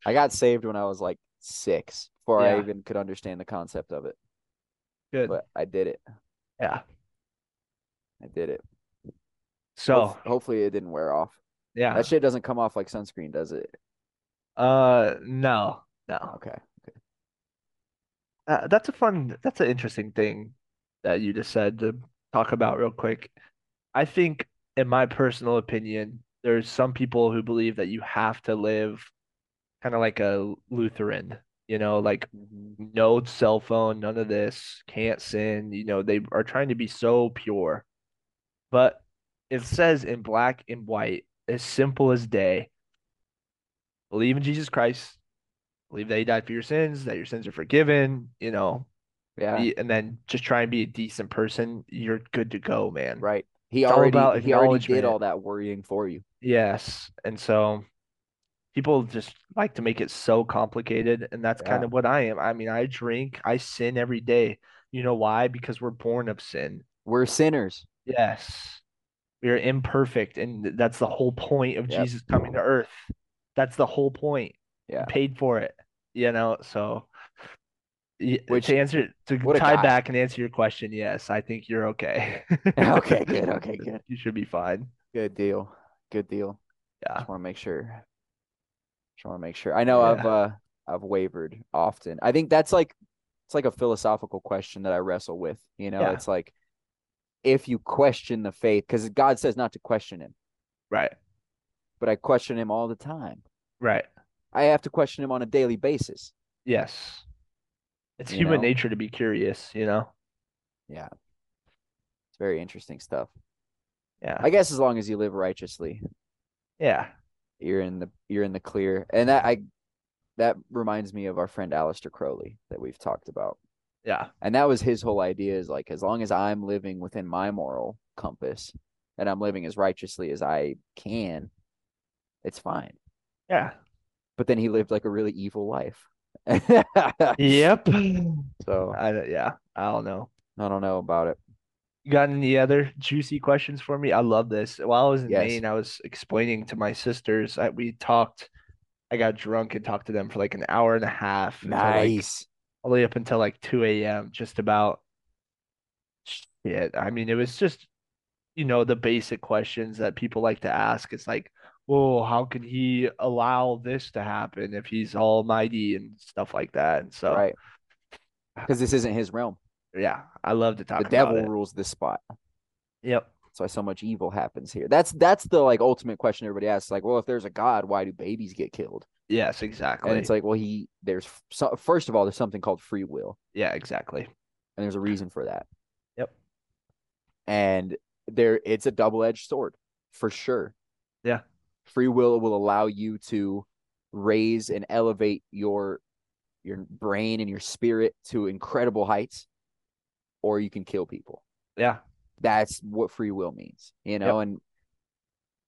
Speaker 1: I got saved when I was like six before I
Speaker 2: Yeah.
Speaker 1: even could understand the concept of it.
Speaker 2: Good.
Speaker 1: But I did it.
Speaker 2: Yeah.
Speaker 1: I did it.
Speaker 2: So,
Speaker 1: Hope- hopefully it didn't wear off.
Speaker 2: yeah.
Speaker 1: That shit doesn't come off like sunscreen, does it?
Speaker 2: Uh, no, no.
Speaker 1: Okay.
Speaker 2: Uh, that's a fun, that's an interesting thing that you just said to talk about real quick. I think, in my personal opinion, there's some people who believe that you have to live kind of like a Lutheran, you know, like no cell phone, none of this, can't sin. You know, they are trying to be so pure. But it says in black and white, as simple as day believe in Jesus Christ, believe that he died for your sins, that your sins are forgiven, you know,
Speaker 1: Yeah.
Speaker 2: be- and then just try and be a decent person. You're good to go, man.
Speaker 1: right. He
Speaker 2: It's all
Speaker 1: already
Speaker 2: about
Speaker 1: he already did
Speaker 2: acknowledgement.
Speaker 1: all that worrying for you.
Speaker 2: Yes. And so people just like to make it so complicated. And that's kind
Speaker 1: Yeah.
Speaker 2: of what I am. I mean, I drink, I sin every day. You know why? Because we're born of sin.
Speaker 1: We're sinners.
Speaker 2: Yes. We are imperfect. And th- that's the whole point of
Speaker 1: Yep.
Speaker 2: Jesus coming to earth. That's the whole point. He
Speaker 1: Yeah.
Speaker 2: paid for it, you know? So y-
Speaker 1: Which-
Speaker 2: to answer, to
Speaker 1: what a
Speaker 2: tie
Speaker 1: guy.
Speaker 2: back and answer your question, yes, I think you're okay.
Speaker 1: Okay, good, okay, good.
Speaker 2: You should be fine.
Speaker 1: Good deal. Good deal.
Speaker 2: Yeah.
Speaker 1: Just want to make sure. Just want to make sure. I know I've
Speaker 2: Yeah.
Speaker 1: uh I've wavered often. I think that's like it's like a philosophical question that I wrestle with. You know,
Speaker 2: Yeah.
Speaker 1: it's like if you question the faith, because God says not to question him,
Speaker 2: Right.
Speaker 1: but I question him all the time.
Speaker 2: Right.
Speaker 1: I have to question him on a daily basis.
Speaker 2: Yes. It's
Speaker 1: You
Speaker 2: human
Speaker 1: know?
Speaker 2: nature to be curious, you know?
Speaker 1: It's very interesting stuff.
Speaker 2: Yeah.
Speaker 1: I guess as long as you live righteously,
Speaker 2: yeah.
Speaker 1: you're in the you're in the clear. And that I that reminds me of our friend Alistair Crowley that we've talked about.
Speaker 2: Yeah.
Speaker 1: And that was his whole idea is like as long as I'm living within my moral compass and I'm living as righteously as I can, it's fine.
Speaker 2: Yeah.
Speaker 1: But then he lived like a really evil life.
Speaker 2: Yep.
Speaker 1: So
Speaker 2: I, don't- yeah. I don't know.
Speaker 1: I don't know about it.
Speaker 2: You got any other juicy questions for me? I love this. While I was in
Speaker 1: Yes.
Speaker 2: Maine, I was explaining to my sisters. I, we talked. I got drunk and talked to them for like an hour and a half. until, like,
Speaker 1: Nice.
Speaker 2: all the way up until like 2 a.m. just about shit. I mean, it was just, you know, the basic questions that people like to ask. It's like, well, how could he allow this to happen if he's almighty and stuff like that? And so,
Speaker 1: right? Because this isn't his realm.
Speaker 2: yeah, I love to talk
Speaker 1: The
Speaker 2: about
Speaker 1: devil
Speaker 2: it.
Speaker 1: rules this spot.
Speaker 2: Yep.
Speaker 1: That's why so much evil happens here. That's that's the like ultimate question everybody asks. Like, well, if there's a god, why do babies get killed?
Speaker 2: Yes, exactly.
Speaker 1: And it's like, well, he there's f- so, first of all, there's something called free will,
Speaker 2: yeah, exactly.
Speaker 1: and there's a reason for that.
Speaker 2: Yep.
Speaker 1: And there, it's a double edged sword for sure.
Speaker 2: Yeah.
Speaker 1: Free will will allow you to raise and elevate your your brain and your spirit to incredible heights, or you can kill people.
Speaker 2: Yeah.
Speaker 1: that's what free will means, you know, and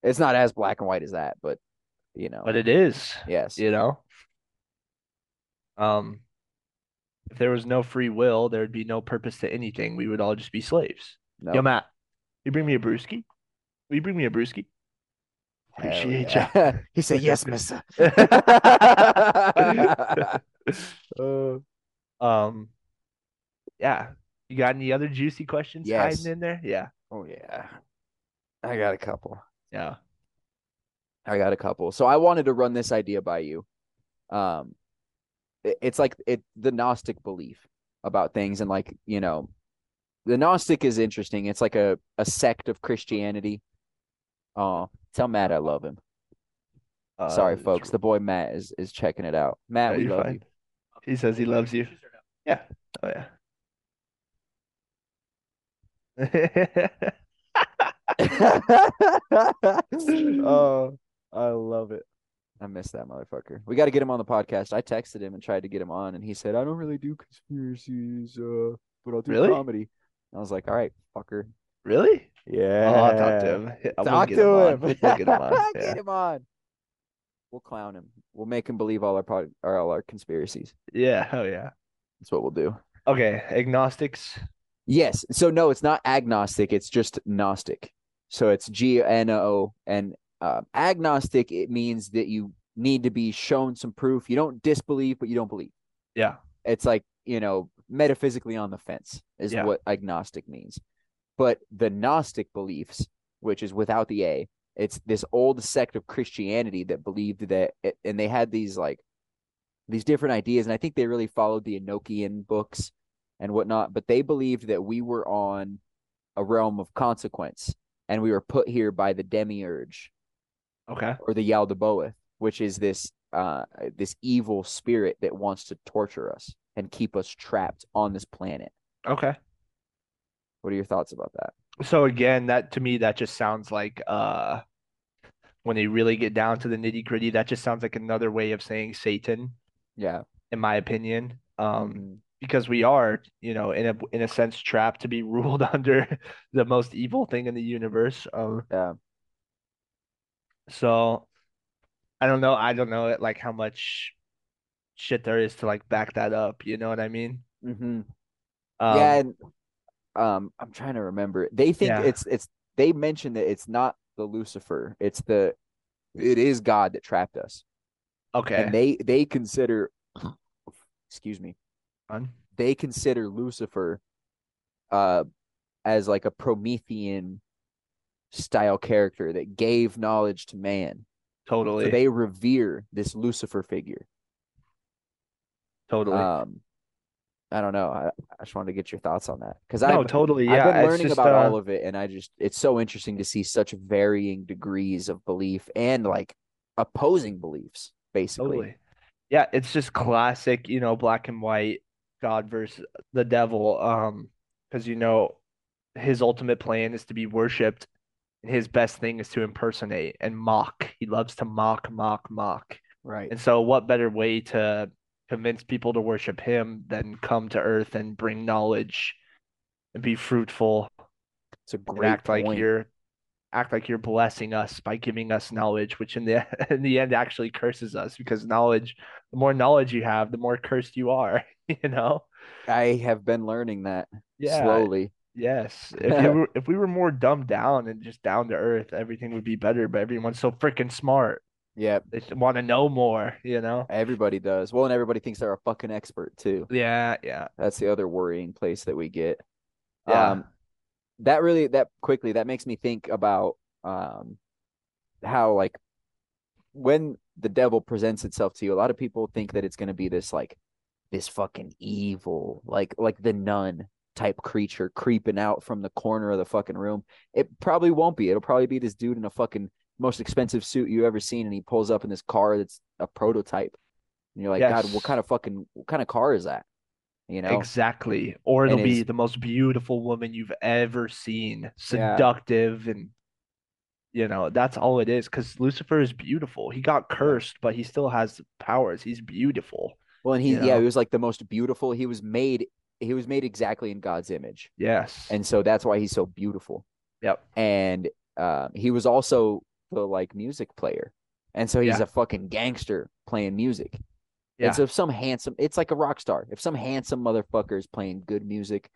Speaker 1: it's not as black and white as that, but you know,
Speaker 2: But it is,
Speaker 1: yes,
Speaker 2: you know. Um if there was no free will, there'd be no purpose to anything. We would all just be slaves.
Speaker 1: no,
Speaker 2: Yo, Matt, you bring me a brewski? Will you bring me a brewski?
Speaker 1: hell
Speaker 2: appreciate
Speaker 1: yeah. he said, yes, mister.
Speaker 2: Uh, um yeah. You got any other juicy questions
Speaker 1: Yes.
Speaker 2: hiding in there? Yeah.
Speaker 1: oh yeah, I got a couple.
Speaker 2: Yeah.
Speaker 1: I got a couple. So I wanted to run this idea by you. Um, it- it's like it the Gnostic belief about things, and like you know, the Gnostic is interesting. It's like a a sect of Christianity. Oh, tell Matt I love him.
Speaker 2: Uh,
Speaker 1: Sorry, folks. The boy Matt is is checking it out.
Speaker 2: Yeah,
Speaker 1: Matt, we
Speaker 2: you're
Speaker 1: love
Speaker 2: fine.
Speaker 1: you.
Speaker 2: He says he loves you. Yeah. Oh yeah. oh, I love it.
Speaker 1: I miss that motherfucker. We got to get him on the podcast. I texted him and tried to get him on, and he said, "I don't really do conspiracies, uh, but I'll do
Speaker 2: Really?
Speaker 1: comedy." I was like, "All right, fucker."
Speaker 2: Really?
Speaker 1: Yeah,
Speaker 2: Oh, I'll talk to him. I will
Speaker 1: Talk
Speaker 2: get
Speaker 1: to
Speaker 2: on.
Speaker 1: him.
Speaker 2: We'll get him on. Yeah.
Speaker 1: Get him on. We'll clown him. We'll make him believe all our pod- or all our conspiracies.
Speaker 2: yeah. Oh yeah.
Speaker 1: That's what we'll do.
Speaker 2: Okay. Agnostics.
Speaker 1: Yes. So no, it's not agnostic. It's just gnostic. So it's G N O and uh, agnostic. It means that you need to be shown some proof. You don't disbelieve, but you don't believe.
Speaker 2: Yeah.
Speaker 1: It's like you know metaphysically on the fence is
Speaker 2: Yeah.
Speaker 1: what agnostic means. But the gnostic beliefs, which is without the A, it's this old sect of Christianity that believed that, and they had these like these different ideas, and I think they really followed the Enochian books and whatnot, but they believed that we were on a realm of consequence and we were put here by the demiurge
Speaker 2: Okay.
Speaker 1: or the Yaldabaoth, which is this uh this evil spirit that wants to torture us and keep us trapped on this planet.
Speaker 2: Okay.
Speaker 1: What are your thoughts about that?
Speaker 2: So again, that to me, that just sounds like uh, when they really get down to the nitty gritty, that just sounds like another way of saying Satan,
Speaker 1: Yeah.
Speaker 2: in my opinion. Um,
Speaker 1: Mhm.
Speaker 2: because we are, you know, in a in a sense trapped to be ruled under the most evil thing in the universe. Um,
Speaker 1: Yeah.
Speaker 2: so I don't know. I don't know like how much shit there is to like back that up. You know what I mean?
Speaker 1: hmm
Speaker 2: Um,
Speaker 1: yeah, and um I'm trying to remember. They think
Speaker 2: Yeah.
Speaker 1: it's it's they mentioned that it's not the Lucifer, it's the it is God that trapped us.
Speaker 2: Okay.
Speaker 1: and they they consider excuse me
Speaker 2: fun.
Speaker 1: they consider lucifer uh as like a promethean style character that gave knowledge to man so
Speaker 2: Totally.
Speaker 1: they revere this lucifer figure
Speaker 2: Totally.
Speaker 1: um i don't know i, I just wanted to get your thoughts on that because
Speaker 2: No,
Speaker 1: I've,
Speaker 2: totally.
Speaker 1: I've
Speaker 2: Yeah.
Speaker 1: been
Speaker 2: it's
Speaker 1: learning
Speaker 2: just,
Speaker 1: about
Speaker 2: uh,
Speaker 1: all of it and i just it's so interesting to see such varying degrees of belief and like opposing beliefs basically
Speaker 2: Totally. Yeah, it's just classic, you know, black and white God versus the devil. Um, because you know, his ultimate plan is to be worshipped, and his best thing is to impersonate and mock. He loves to mock, mock, mock.
Speaker 1: right
Speaker 2: And so, what better way to convince people to worship him than come to earth and bring knowledge and be fruitful
Speaker 1: it's a
Speaker 2: and
Speaker 1: great
Speaker 2: act like
Speaker 1: point.
Speaker 2: you're act like you're blessing us by giving us knowledge, which in the in the end actually curses us because knowledge, the more knowledge you have, the more cursed you are, you know?
Speaker 1: I have been learning that
Speaker 2: Yeah.
Speaker 1: slowly.
Speaker 2: Yes. If you were, if we were more dumbed down and just down to earth, everything would be better, but everyone's so freaking smart.
Speaker 1: Yeah,
Speaker 2: They want to know more, you know?
Speaker 1: everybody does. Well, and everybody thinks they're a fucking expert too.
Speaker 2: Yeah, yeah.
Speaker 1: That's the other worrying place that we get.
Speaker 2: Yeah.
Speaker 1: Um, that really that quickly that makes me think about um how like when the devil presents itself to you, a lot of people think that it's going to be this like this fucking evil, like like the nun type creature creeping out from the corner of the fucking room. It probably won't be. It'll probably be this dude in a fucking most expensive suit you ever seen, and he pulls up in this car that's a prototype. And you're like,
Speaker 2: Yes.
Speaker 1: God, what kind of fucking what kind of car is that? You know,
Speaker 2: Exactly. Or
Speaker 1: And
Speaker 2: it'll be
Speaker 1: it's-
Speaker 2: the most beautiful woman you've ever seen, seductive and you know, that's all it is cuz Lucifer is beautiful. He got cursed, but he still has powers. He's beautiful.
Speaker 1: Well, and he,
Speaker 2: you
Speaker 1: yeah,
Speaker 2: know?
Speaker 1: he was like the most beautiful. He was made, he was made exactly in God's image,
Speaker 2: Yes.
Speaker 1: and so that's why he's so beautiful.
Speaker 2: Yep.
Speaker 1: And uh, he was also the like music player, and so he's
Speaker 2: Yeah.
Speaker 1: a fucking gangster playing music.
Speaker 2: Yeah.
Speaker 1: And so if some handsome, it's like a rock star. If some handsome motherfucker is playing good music,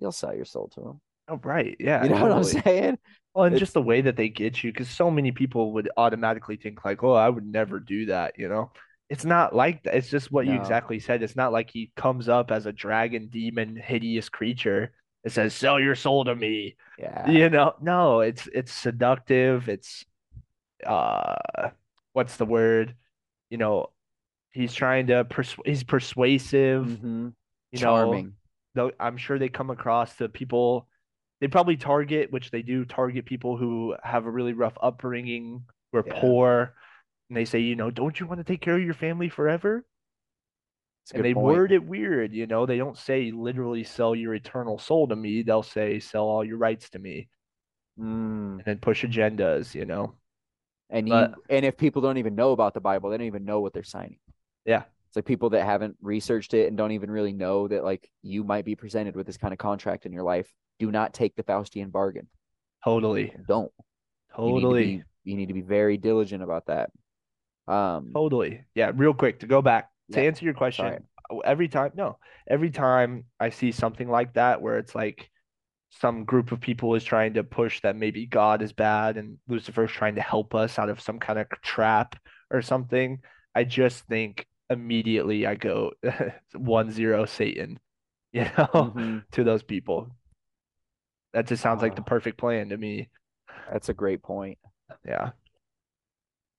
Speaker 1: you'll sell your soul to him.
Speaker 2: Oh, right. Yeah.
Speaker 1: you know what I'm
Speaker 2: totally.
Speaker 1: saying?
Speaker 2: Well, and
Speaker 1: It's-
Speaker 2: just the way that they get you, because so many people would automatically think like, "Oh, I would never do that," you know? It's not like that. It's just what you
Speaker 1: No.
Speaker 2: exactly said. It's not like he comes up as a dragon, demon, hideous creature and says, "Sell your soul to me."
Speaker 1: Yeah.
Speaker 2: You know? No, it's it's seductive. It's uh, what's the word? You know, he's trying to persuade. He's persuasive.
Speaker 1: Mhm.
Speaker 2: You know,
Speaker 1: Charming.
Speaker 2: though I'm sure they come across to people they probably target, which they do target people who have a really rough upbringing, who are
Speaker 1: Yeah.
Speaker 2: poor, and they say, you know, don't you want to take care of your family forever?
Speaker 1: It's a
Speaker 2: And
Speaker 1: good
Speaker 2: they
Speaker 1: point.
Speaker 2: word it weird, you know, they don't say literally sell your eternal soul to me, they'll say sell all your rights to me
Speaker 1: Mm.
Speaker 2: and then push agendas, you know.
Speaker 1: and
Speaker 2: But-
Speaker 1: you, and if people don't even know about the Bible, they don't even know what they're signing.
Speaker 2: Yeah.
Speaker 1: it's like people that haven't researched it and don't even really know that like you might be presented with this kind of contract in your life. Do not take the Faustian bargain.
Speaker 2: Totally.
Speaker 1: Don't. You need to
Speaker 2: Totally.
Speaker 1: be- You need to be, very diligent about that. Um,
Speaker 2: Totally. Yeah. Real quick to go back to
Speaker 1: Yeah,
Speaker 2: answer your question, w- every time, no, every time I see something like that where it's like some group of people is trying to push that maybe God is bad and Lucifer's trying to help us out of some kind of trap or something, I just think immediately I go one zero Satan, you know,
Speaker 1: mhm.
Speaker 2: to those people. That just sounds like the
Speaker 1: Ah.
Speaker 2: perfect plan to me.
Speaker 1: That's a great point.
Speaker 2: Yeah,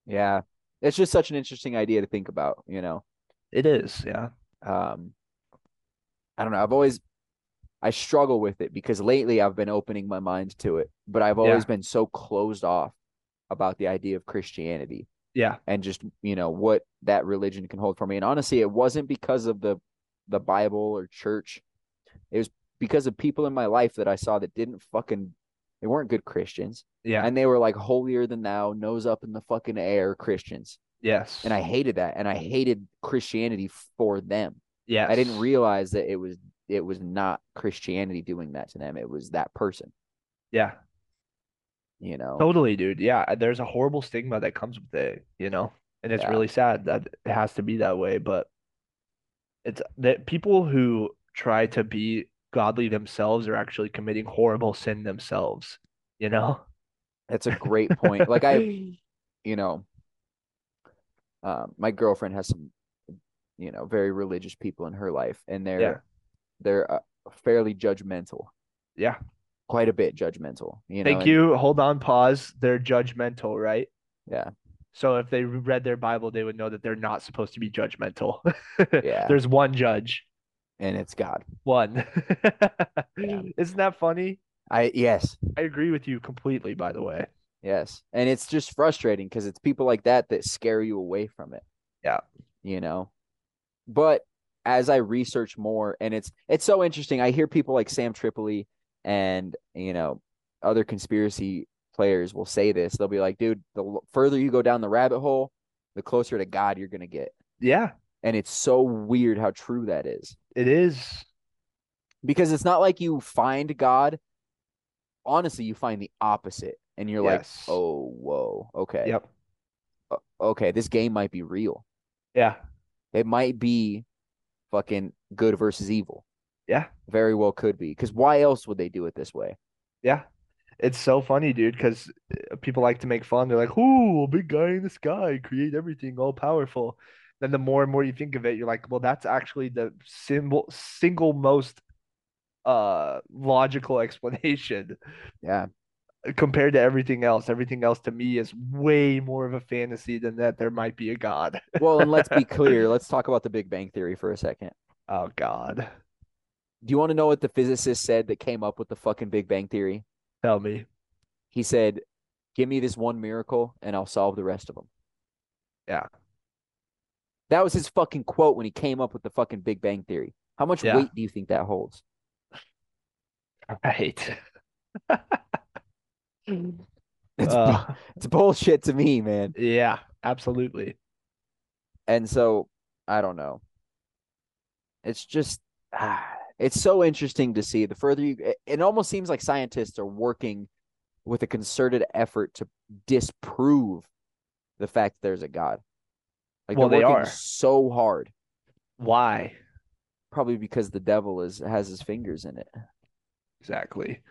Speaker 1: Yeah, it's just such an interesting idea to think about. You know,
Speaker 2: it is. Yeah.
Speaker 1: um, I don't know. I've always I struggle with it because lately I've been opening my mind to it, but I've always been so closed off about the idea of Christianity.
Speaker 2: Yeah.
Speaker 1: and just you know what that religion can hold for me and honestly it wasn't because of the the bible or church it was because of people in my life that i saw that didn't fucking they weren't good christians
Speaker 2: Yeah.
Speaker 1: and they were like holier than thou nose up in the fucking air christians
Speaker 2: yes.
Speaker 1: and i hated that and i hated christianity for them
Speaker 2: yes.
Speaker 1: i didn't realize that it was it was not christianity doing that to them it was that person
Speaker 2: Yeah.
Speaker 1: you know
Speaker 2: Totally, dude. Yeah, uh, there's a horrible stigma that comes with it, you know, and it's
Speaker 1: Yeah.
Speaker 2: really sad that it has to be that way. But it's that people who try to be godly themselves are actually committing horrible sin themselves, you know?
Speaker 1: that's a great point like i you know, um, my girlfriend has some, you know, very religious people in her life, and they're
Speaker 2: Yeah.
Speaker 1: they're uh, fairly judgmental,
Speaker 2: yeah.
Speaker 1: quite a bit judgmental. You know,
Speaker 2: Thank
Speaker 1: and-
Speaker 2: you. Hold on, pause. They're judgmental, right?
Speaker 1: Yeah.
Speaker 2: So if they read their Bible, they would know that they're not supposed to be judgmental.
Speaker 1: Yeah,
Speaker 2: There's one judge,
Speaker 1: and it's God.
Speaker 2: one. Isn't that funny?
Speaker 1: I yes,
Speaker 2: I agree with you completely, by the way.
Speaker 1: yes, and it's just frustrating because it's people like that that scare you away from it.
Speaker 2: Yeah.
Speaker 1: you know, but as I research more, and it's it's so interesting. I hear people like Sam Tripoli and you know other conspiracy players will say this. They'll be like, "Dude, the l- further you go down the rabbit hole, the closer to God you're gonna get."
Speaker 2: Yeah,
Speaker 1: And it's so weird how true that is
Speaker 2: it is.
Speaker 1: because it's not like you find God. Honestly, you find the opposite, and you're
Speaker 2: Yes.
Speaker 1: like, "Oh, whoa, okay,
Speaker 2: Yep.
Speaker 1: okay, this game might be real.
Speaker 2: Yeah.
Speaker 1: It might be fucking good versus evil."
Speaker 2: Yeah.
Speaker 1: Very well could be. Because why else would they do it this way?
Speaker 2: Yeah. It's so funny, dude, because people like to make fun. They're like, "Ooh, a big guy in the sky, create everything, all powerful." Then the more and more you think of it, you're like, "Well, that's actually the symbol, single most uh logical explanation."
Speaker 1: Yeah.
Speaker 2: compared to everything else, everything else to me is way more of a fantasy than that there might be a god.
Speaker 1: Well, and let's be clear. Let's talk about the Big Bang Theory for a second.
Speaker 2: Oh God.
Speaker 1: Do you want to know what the physicist said that came up with the fucking Big Bang Theory?
Speaker 2: Tell me.
Speaker 1: He said, Give me this one miracle and I'll solve the rest of them.
Speaker 2: Yeah.
Speaker 1: That was his fucking quote when he came up with the fucking Big Bang Theory. How much
Speaker 2: Yeah.
Speaker 1: weight do you think that holds?
Speaker 2: Right.
Speaker 1: It's, bu-
Speaker 2: Uh,
Speaker 1: it's bullshit to me, man.
Speaker 2: yeah, absolutely.
Speaker 1: And so I don't know. It's just ah, it's so interesting to see. The further you, it- it almost seems like scientists are working with a concerted effort to disprove the fact that there's a god. Like
Speaker 2: Well,
Speaker 1: they're
Speaker 2: they
Speaker 1: working
Speaker 2: are.
Speaker 1: so hard,
Speaker 2: Why?
Speaker 1: probably because the devil is has his fingers in it.
Speaker 2: Exactly.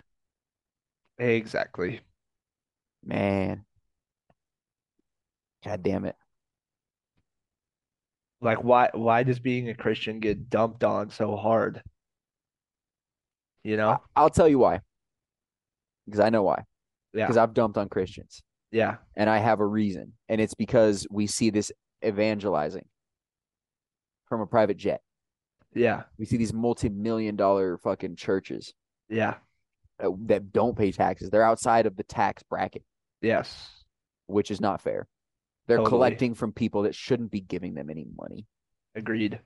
Speaker 2: Exactly.
Speaker 1: Man, god damn it.
Speaker 2: Like why why does being a Christian get dumped on so hard? You know?
Speaker 1: I'll tell you why. Because I know why.
Speaker 2: Yeah.
Speaker 1: Because I've dumped on Christians.
Speaker 2: Yeah.
Speaker 1: and I have a reason, and it's because we see this evangelizing from a private jet.
Speaker 2: Yeah.
Speaker 1: We see these multi-million dollar fucking churches
Speaker 2: Yeah.
Speaker 1: uh, that don't pay taxes. They're outside of the tax bracket,
Speaker 2: Yes.
Speaker 1: which is not fair. They're
Speaker 2: Totally.
Speaker 1: collecting from people that shouldn't be giving them any money.
Speaker 2: Agreed.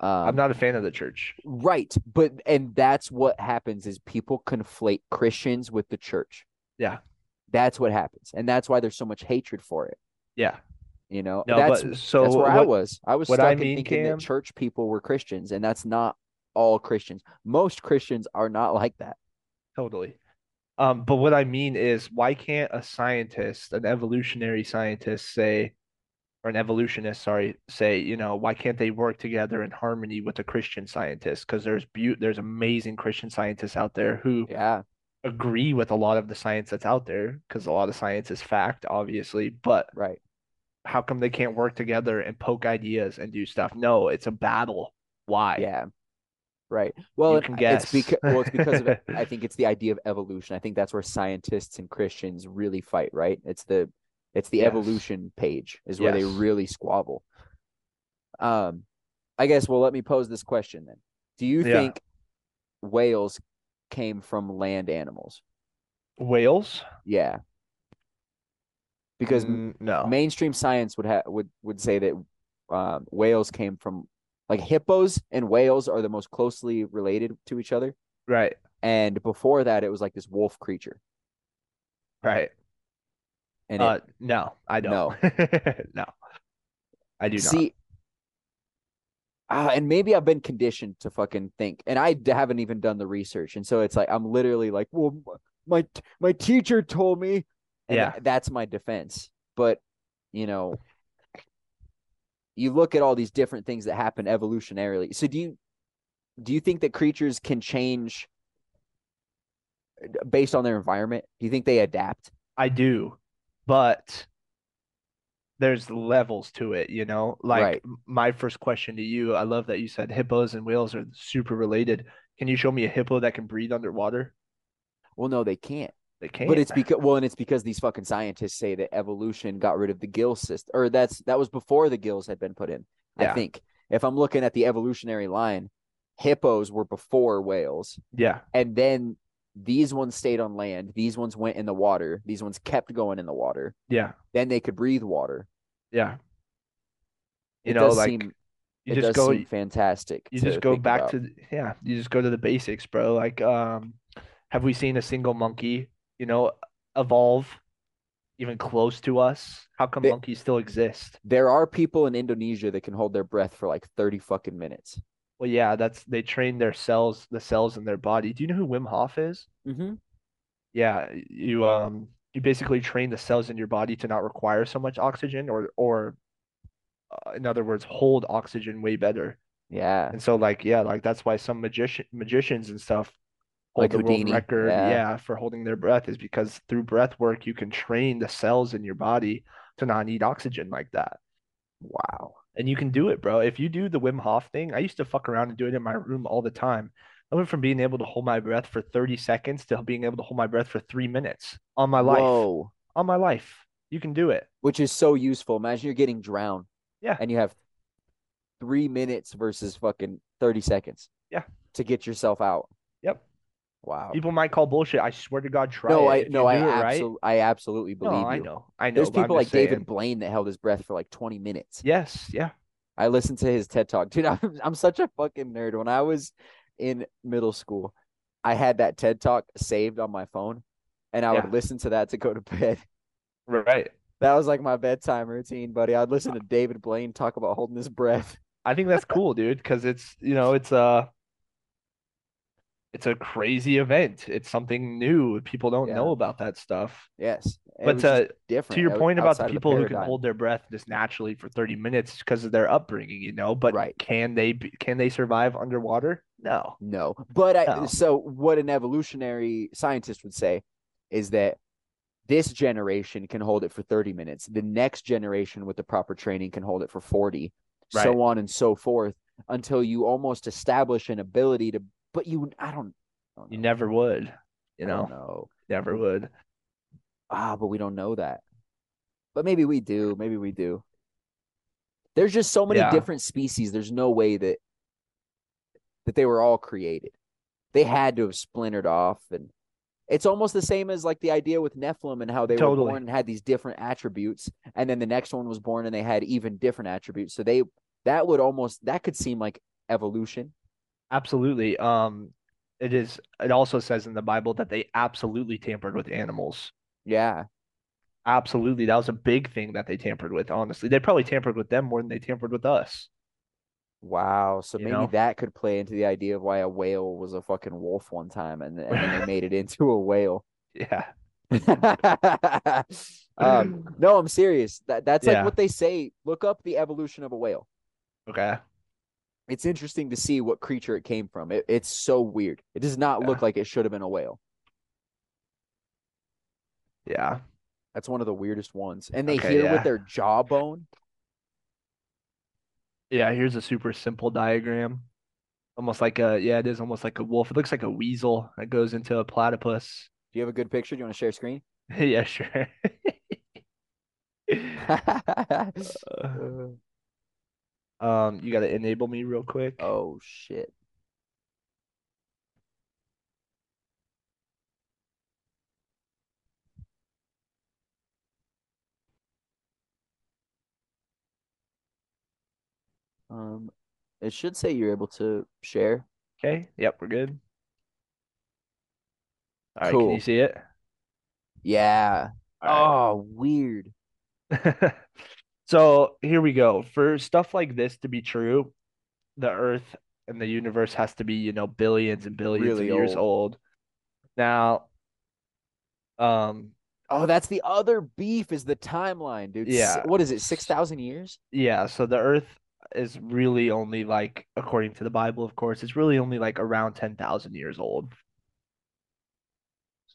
Speaker 1: Um,
Speaker 2: I'm not a fan of the church.
Speaker 1: right, but and that's what happens is people conflate Christians with the church.
Speaker 2: Yeah.
Speaker 1: That's what happens, and that's why there's so much hatred for it.
Speaker 2: Yeah.
Speaker 1: You know,
Speaker 2: No,
Speaker 1: that's
Speaker 2: but so
Speaker 1: that's where I
Speaker 2: what-
Speaker 1: was. I was
Speaker 2: what
Speaker 1: stuck
Speaker 2: I
Speaker 1: in
Speaker 2: mean,
Speaker 1: thinking
Speaker 2: Cam-
Speaker 1: that church people were Christians, and that's not all Christians. Most Christians are not like that.
Speaker 2: Totally. Um, but what I mean is, why can't a scientist, an evolutionary scientist, say, or an evolutionist, sorry, say, you know, why can't they work together in harmony with a Christian scientist? Because there's beau- there's amazing Christian scientists out there who
Speaker 1: Yeah,
Speaker 2: agree with a lot of the science that's out there, because a lot of science is fact, obviously. But
Speaker 1: right.
Speaker 2: how come they can't work together and poke ideas and do stuff? No, it's a battle. Why?
Speaker 1: Yeah, right. Well,
Speaker 2: can
Speaker 1: it's
Speaker 2: guess.
Speaker 1: because well, it's because of I think it's the idea of evolution. I think that's where scientists and Christians really fight. Right? It's the it's the
Speaker 2: Yes.
Speaker 1: evolution page is where they
Speaker 2: Yes.
Speaker 1: really squabble. Um, I guess. Well, let me pose this question then. Do you
Speaker 2: Yeah.
Speaker 1: think whales came from land animals?
Speaker 2: Whales?
Speaker 1: Yeah. Because m-
Speaker 2: Mm, no.
Speaker 1: mainstream science would ha- would would say that um, whales came from like hippos and whales are the most closely related to each other.
Speaker 2: Right.
Speaker 1: And before that, it was like this wolf creature.
Speaker 2: Right.
Speaker 1: And it,
Speaker 2: Uh, no, I don't.
Speaker 1: No.
Speaker 2: no, I do not.
Speaker 1: see, ah, and maybe I've been conditioned to fucking think, and I d- haven't even done the research, and so it's like I'm literally like, well, m- my t- my teacher told me, and
Speaker 2: Yeah.
Speaker 1: th- that's my defense. But you know, you look at all these different things that happen evolutionarily. So do you do you think that creatures can change uh, d- based on their environment? Do you think they adapt?
Speaker 2: I do, but there's levels to it, you know? Like
Speaker 1: Right.
Speaker 2: m- my first question to you, I love that you said hippos and whales are super related. Can you show me a hippo that can breathe underwater?
Speaker 1: Well, no, they can't.
Speaker 2: They can't.
Speaker 1: But it's because well, and it's because these fucking scientists say that evolution got rid of the gill system, or that's that was before the gills had been put in. I
Speaker 2: Yeah.
Speaker 1: think if I'm looking at the evolutionary line, hippos were before whales,
Speaker 2: yeah,
Speaker 1: and then these ones stayed on land. These ones went in the water. These ones kept going in the water.
Speaker 2: yeah,
Speaker 1: Then they could breathe water.
Speaker 2: yeah. You
Speaker 1: It
Speaker 2: know,
Speaker 1: does
Speaker 2: like
Speaker 1: seem
Speaker 2: you
Speaker 1: it
Speaker 2: just
Speaker 1: does
Speaker 2: go
Speaker 1: seem fantastic.
Speaker 2: you
Speaker 1: to
Speaker 2: just go
Speaker 1: think
Speaker 2: back
Speaker 1: about.
Speaker 2: to th- yeah you just go to the basics bro like um have we seen a single monkey you know evolve even close to us how come
Speaker 1: They-
Speaker 2: monkeys still exist
Speaker 1: there are people in Indonesia that can hold their breath for like thirty fucking minutes.
Speaker 2: well yeah that's they train their cells the cells in their body do you know who wim hof is
Speaker 1: Mm-hmm.
Speaker 2: yeah y- you um you basically train the cells in your body to not require so much oxygen or or uh, in other words hold oxygen way better
Speaker 1: Yeah.
Speaker 2: And so like yeah, like that's why some magician magicians and stuff hold
Speaker 1: Like
Speaker 2: the world
Speaker 1: Houdini,
Speaker 2: record,
Speaker 1: yeah.
Speaker 2: for holding their breath is because through breath work you can train the cells in your body to not need oxygen like that.
Speaker 1: Wow.
Speaker 2: And you can do it, bro. If you do the Wim Hof thing, I used to fuck around and do it in my room all the time. I went from being able to hold my breath for 30 seconds to being able to hold my breath for three minutes on my life.
Speaker 1: Whoa.
Speaker 2: On my life. You can do it.
Speaker 1: Which is so useful. Imagine you're getting drowned.
Speaker 2: Yeah.
Speaker 1: And you have three minutes versus fucking 30 seconds.
Speaker 2: Yeah.
Speaker 1: To get yourself out.
Speaker 2: Yep.
Speaker 1: Wow.
Speaker 2: People might call bullshit. I swear to God, try
Speaker 1: no,
Speaker 2: it.
Speaker 1: I
Speaker 2: If you
Speaker 1: no, I,
Speaker 2: do it right-
Speaker 1: absolu- I absolutely believe
Speaker 2: no,
Speaker 1: you.
Speaker 2: I know. I know.
Speaker 1: There's
Speaker 2: but I'm
Speaker 1: people like
Speaker 2: just saying.
Speaker 1: David Blaine that held his breath for like 20 minutes.
Speaker 2: Yes. Yeah.
Speaker 1: I listened to his TED talk. Dude, I'm, I'm such a fucking nerd. When I was in middle school, I had that TED talk saved on my phone and I
Speaker 2: Yeah.
Speaker 1: would listen to that to go to bed.
Speaker 2: Right.
Speaker 1: That was like my bedtime routine, buddy. I'd listen to David Blaine talk about holding his breath.
Speaker 2: I think that's cool, dude, because it's you know it's a it's a crazy event. It's something new. People don't
Speaker 1: Yeah.
Speaker 2: know about that stuff.
Speaker 1: Yes. It
Speaker 2: But
Speaker 1: was just
Speaker 2: to
Speaker 1: different.
Speaker 2: to your
Speaker 1: It was
Speaker 2: point about
Speaker 1: outside
Speaker 2: the
Speaker 1: of
Speaker 2: people who can
Speaker 1: paradigm.
Speaker 2: hold their breath just naturally for 30 minutes because of their upbringing, you know, but
Speaker 1: Right.
Speaker 2: can they be- can they survive underwater? No.
Speaker 1: No, but I,
Speaker 2: No.
Speaker 1: so what an evolutionary scientist would say is that this generation can hold it for 30 minutes. The next generation with the proper training can hold it for 40,
Speaker 2: Right.
Speaker 1: so on and so forth until you almost establish an ability to, but you, I don't, I don't
Speaker 2: You
Speaker 1: know.
Speaker 2: never would. You
Speaker 1: I don't
Speaker 2: know,
Speaker 1: know.
Speaker 2: never would.
Speaker 1: Ah, but we don't know that. But maybe we do. Maybe we do. There's just so many
Speaker 2: Yeah.
Speaker 1: different species. There's no way that that they were all created. They had to have splintered off and it's almost the same as like the idea with Nephilim and how they were
Speaker 2: Totally.
Speaker 1: born and had these different attributes and then the next one was born and they had even different attributes. So they that would almost that could seem like evolution.
Speaker 2: Absolutely. Um it is it also says in the Bible that they absolutely tampered with animals.
Speaker 1: Yeah.
Speaker 2: Absolutely. That was a big thing that they tampered with, honestly. They probably tampered with them more than they tampered with us.
Speaker 1: Wow. So
Speaker 2: You
Speaker 1: maybe
Speaker 2: know?
Speaker 1: that could play into the idea of why a whale was a fucking wolf one time and, and then they made it into a whale.
Speaker 2: Yeah.
Speaker 1: um, no, I'm serious. That that's like
Speaker 2: Yeah.
Speaker 1: what they say. Look up the evolution of a whale.
Speaker 2: Okay.
Speaker 1: It's interesting to see what creature it came from. It, it's so weird. It does not look like it should have been a whale.
Speaker 2: Yeah.
Speaker 1: That's one of the weirdest ones. And they
Speaker 2: Okay,
Speaker 1: hear
Speaker 2: yeah.
Speaker 1: with their jawbone.
Speaker 2: Yeah, here's a super simple diagram. Almost like a, yeah, it is almost like a wolf. It looks like a weasel that goes into a platypus.
Speaker 1: Do you have a good picture? Do you want to share screen?
Speaker 2: Yeah, sure. Uh, Um, you gotta enable me real quick.
Speaker 1: oh shit. Um, it should say you're able to share.
Speaker 2: Okay. Yep, we're good. All right, can you
Speaker 1: Cool.
Speaker 2: see it?
Speaker 1: Yeah.
Speaker 2: All
Speaker 1: Oh, weird.
Speaker 2: right. So here we go. For stuff like this to be true, the Earth and the universe has to be, you know, billions and billions of
Speaker 1: Really
Speaker 2: years old. Now, um,
Speaker 1: Oh, that's the other beef is the timeline, dude. S-
Speaker 2: Yeah.
Speaker 1: What is it? 6,000 years?
Speaker 2: Yeah, so the Earth is really only like, according to the Bible, of course, it's really only like around 10,000 years old.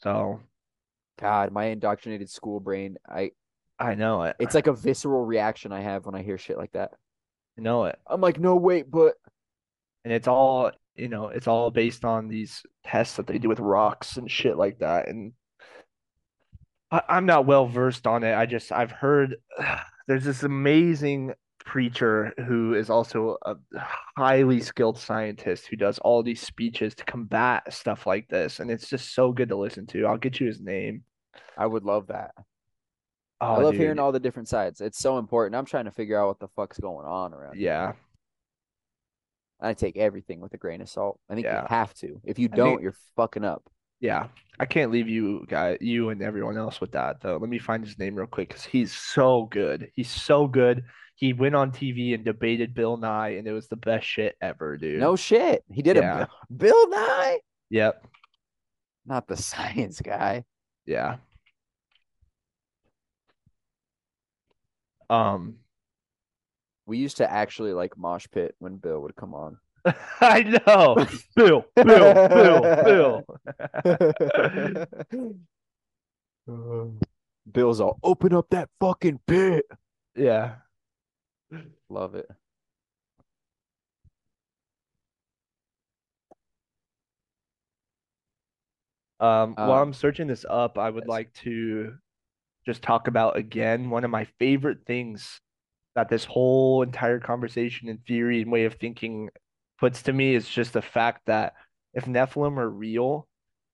Speaker 2: So
Speaker 1: God, my indoctrinated school brain. I
Speaker 2: I know it.
Speaker 1: it's like a visceral reaction I have when I hear shit like that.
Speaker 2: I know it.
Speaker 1: I'm like, "No, wait, but
Speaker 2: And it's all, you know, it's all based on these tests that they do with rocks and shit like that. And I, I'm not well versed on it. I just, I've heard there's this amazing preacher who is also a highly skilled scientist who does all these speeches to combat stuff like this. And it's just so good to listen to. I'll get you his name.
Speaker 1: I would love that."
Speaker 2: Oh,
Speaker 1: I love
Speaker 2: dude.
Speaker 1: hearing all the different sides. It's so important. I'm trying to figure out what the fuck's going on around. here.
Speaker 2: Yeah.
Speaker 1: I take everything with a grain of salt. I think you
Speaker 2: Yeah.
Speaker 1: have to. If you
Speaker 2: think-
Speaker 1: don't, you're fucking up.
Speaker 2: Yeah. I can't leave you guy you and everyone else with that though. Let me find his name real quick because he's so good. He's so good. He went on TV and debated Bill Nye, and it was the best shit ever, dude.
Speaker 1: No shit. He did
Speaker 2: Yeah.
Speaker 1: a Bill Nye,
Speaker 2: Yep.
Speaker 1: not the science guy.
Speaker 2: Yeah. Um
Speaker 1: We used to actually like mosh pit when Bill would come on.
Speaker 2: I know. Bill, Bill, Bill, Bill.
Speaker 1: Bill's all open up that fucking pit.
Speaker 2: Yeah.
Speaker 1: Love it.
Speaker 2: Um, while
Speaker 1: Um,
Speaker 2: I'm searching this up, I would
Speaker 1: yes.
Speaker 2: like to just talk about again one of my favorite things that this whole entire conversation and theory and way of thinking puts to me is just the fact that if Nephilim are real,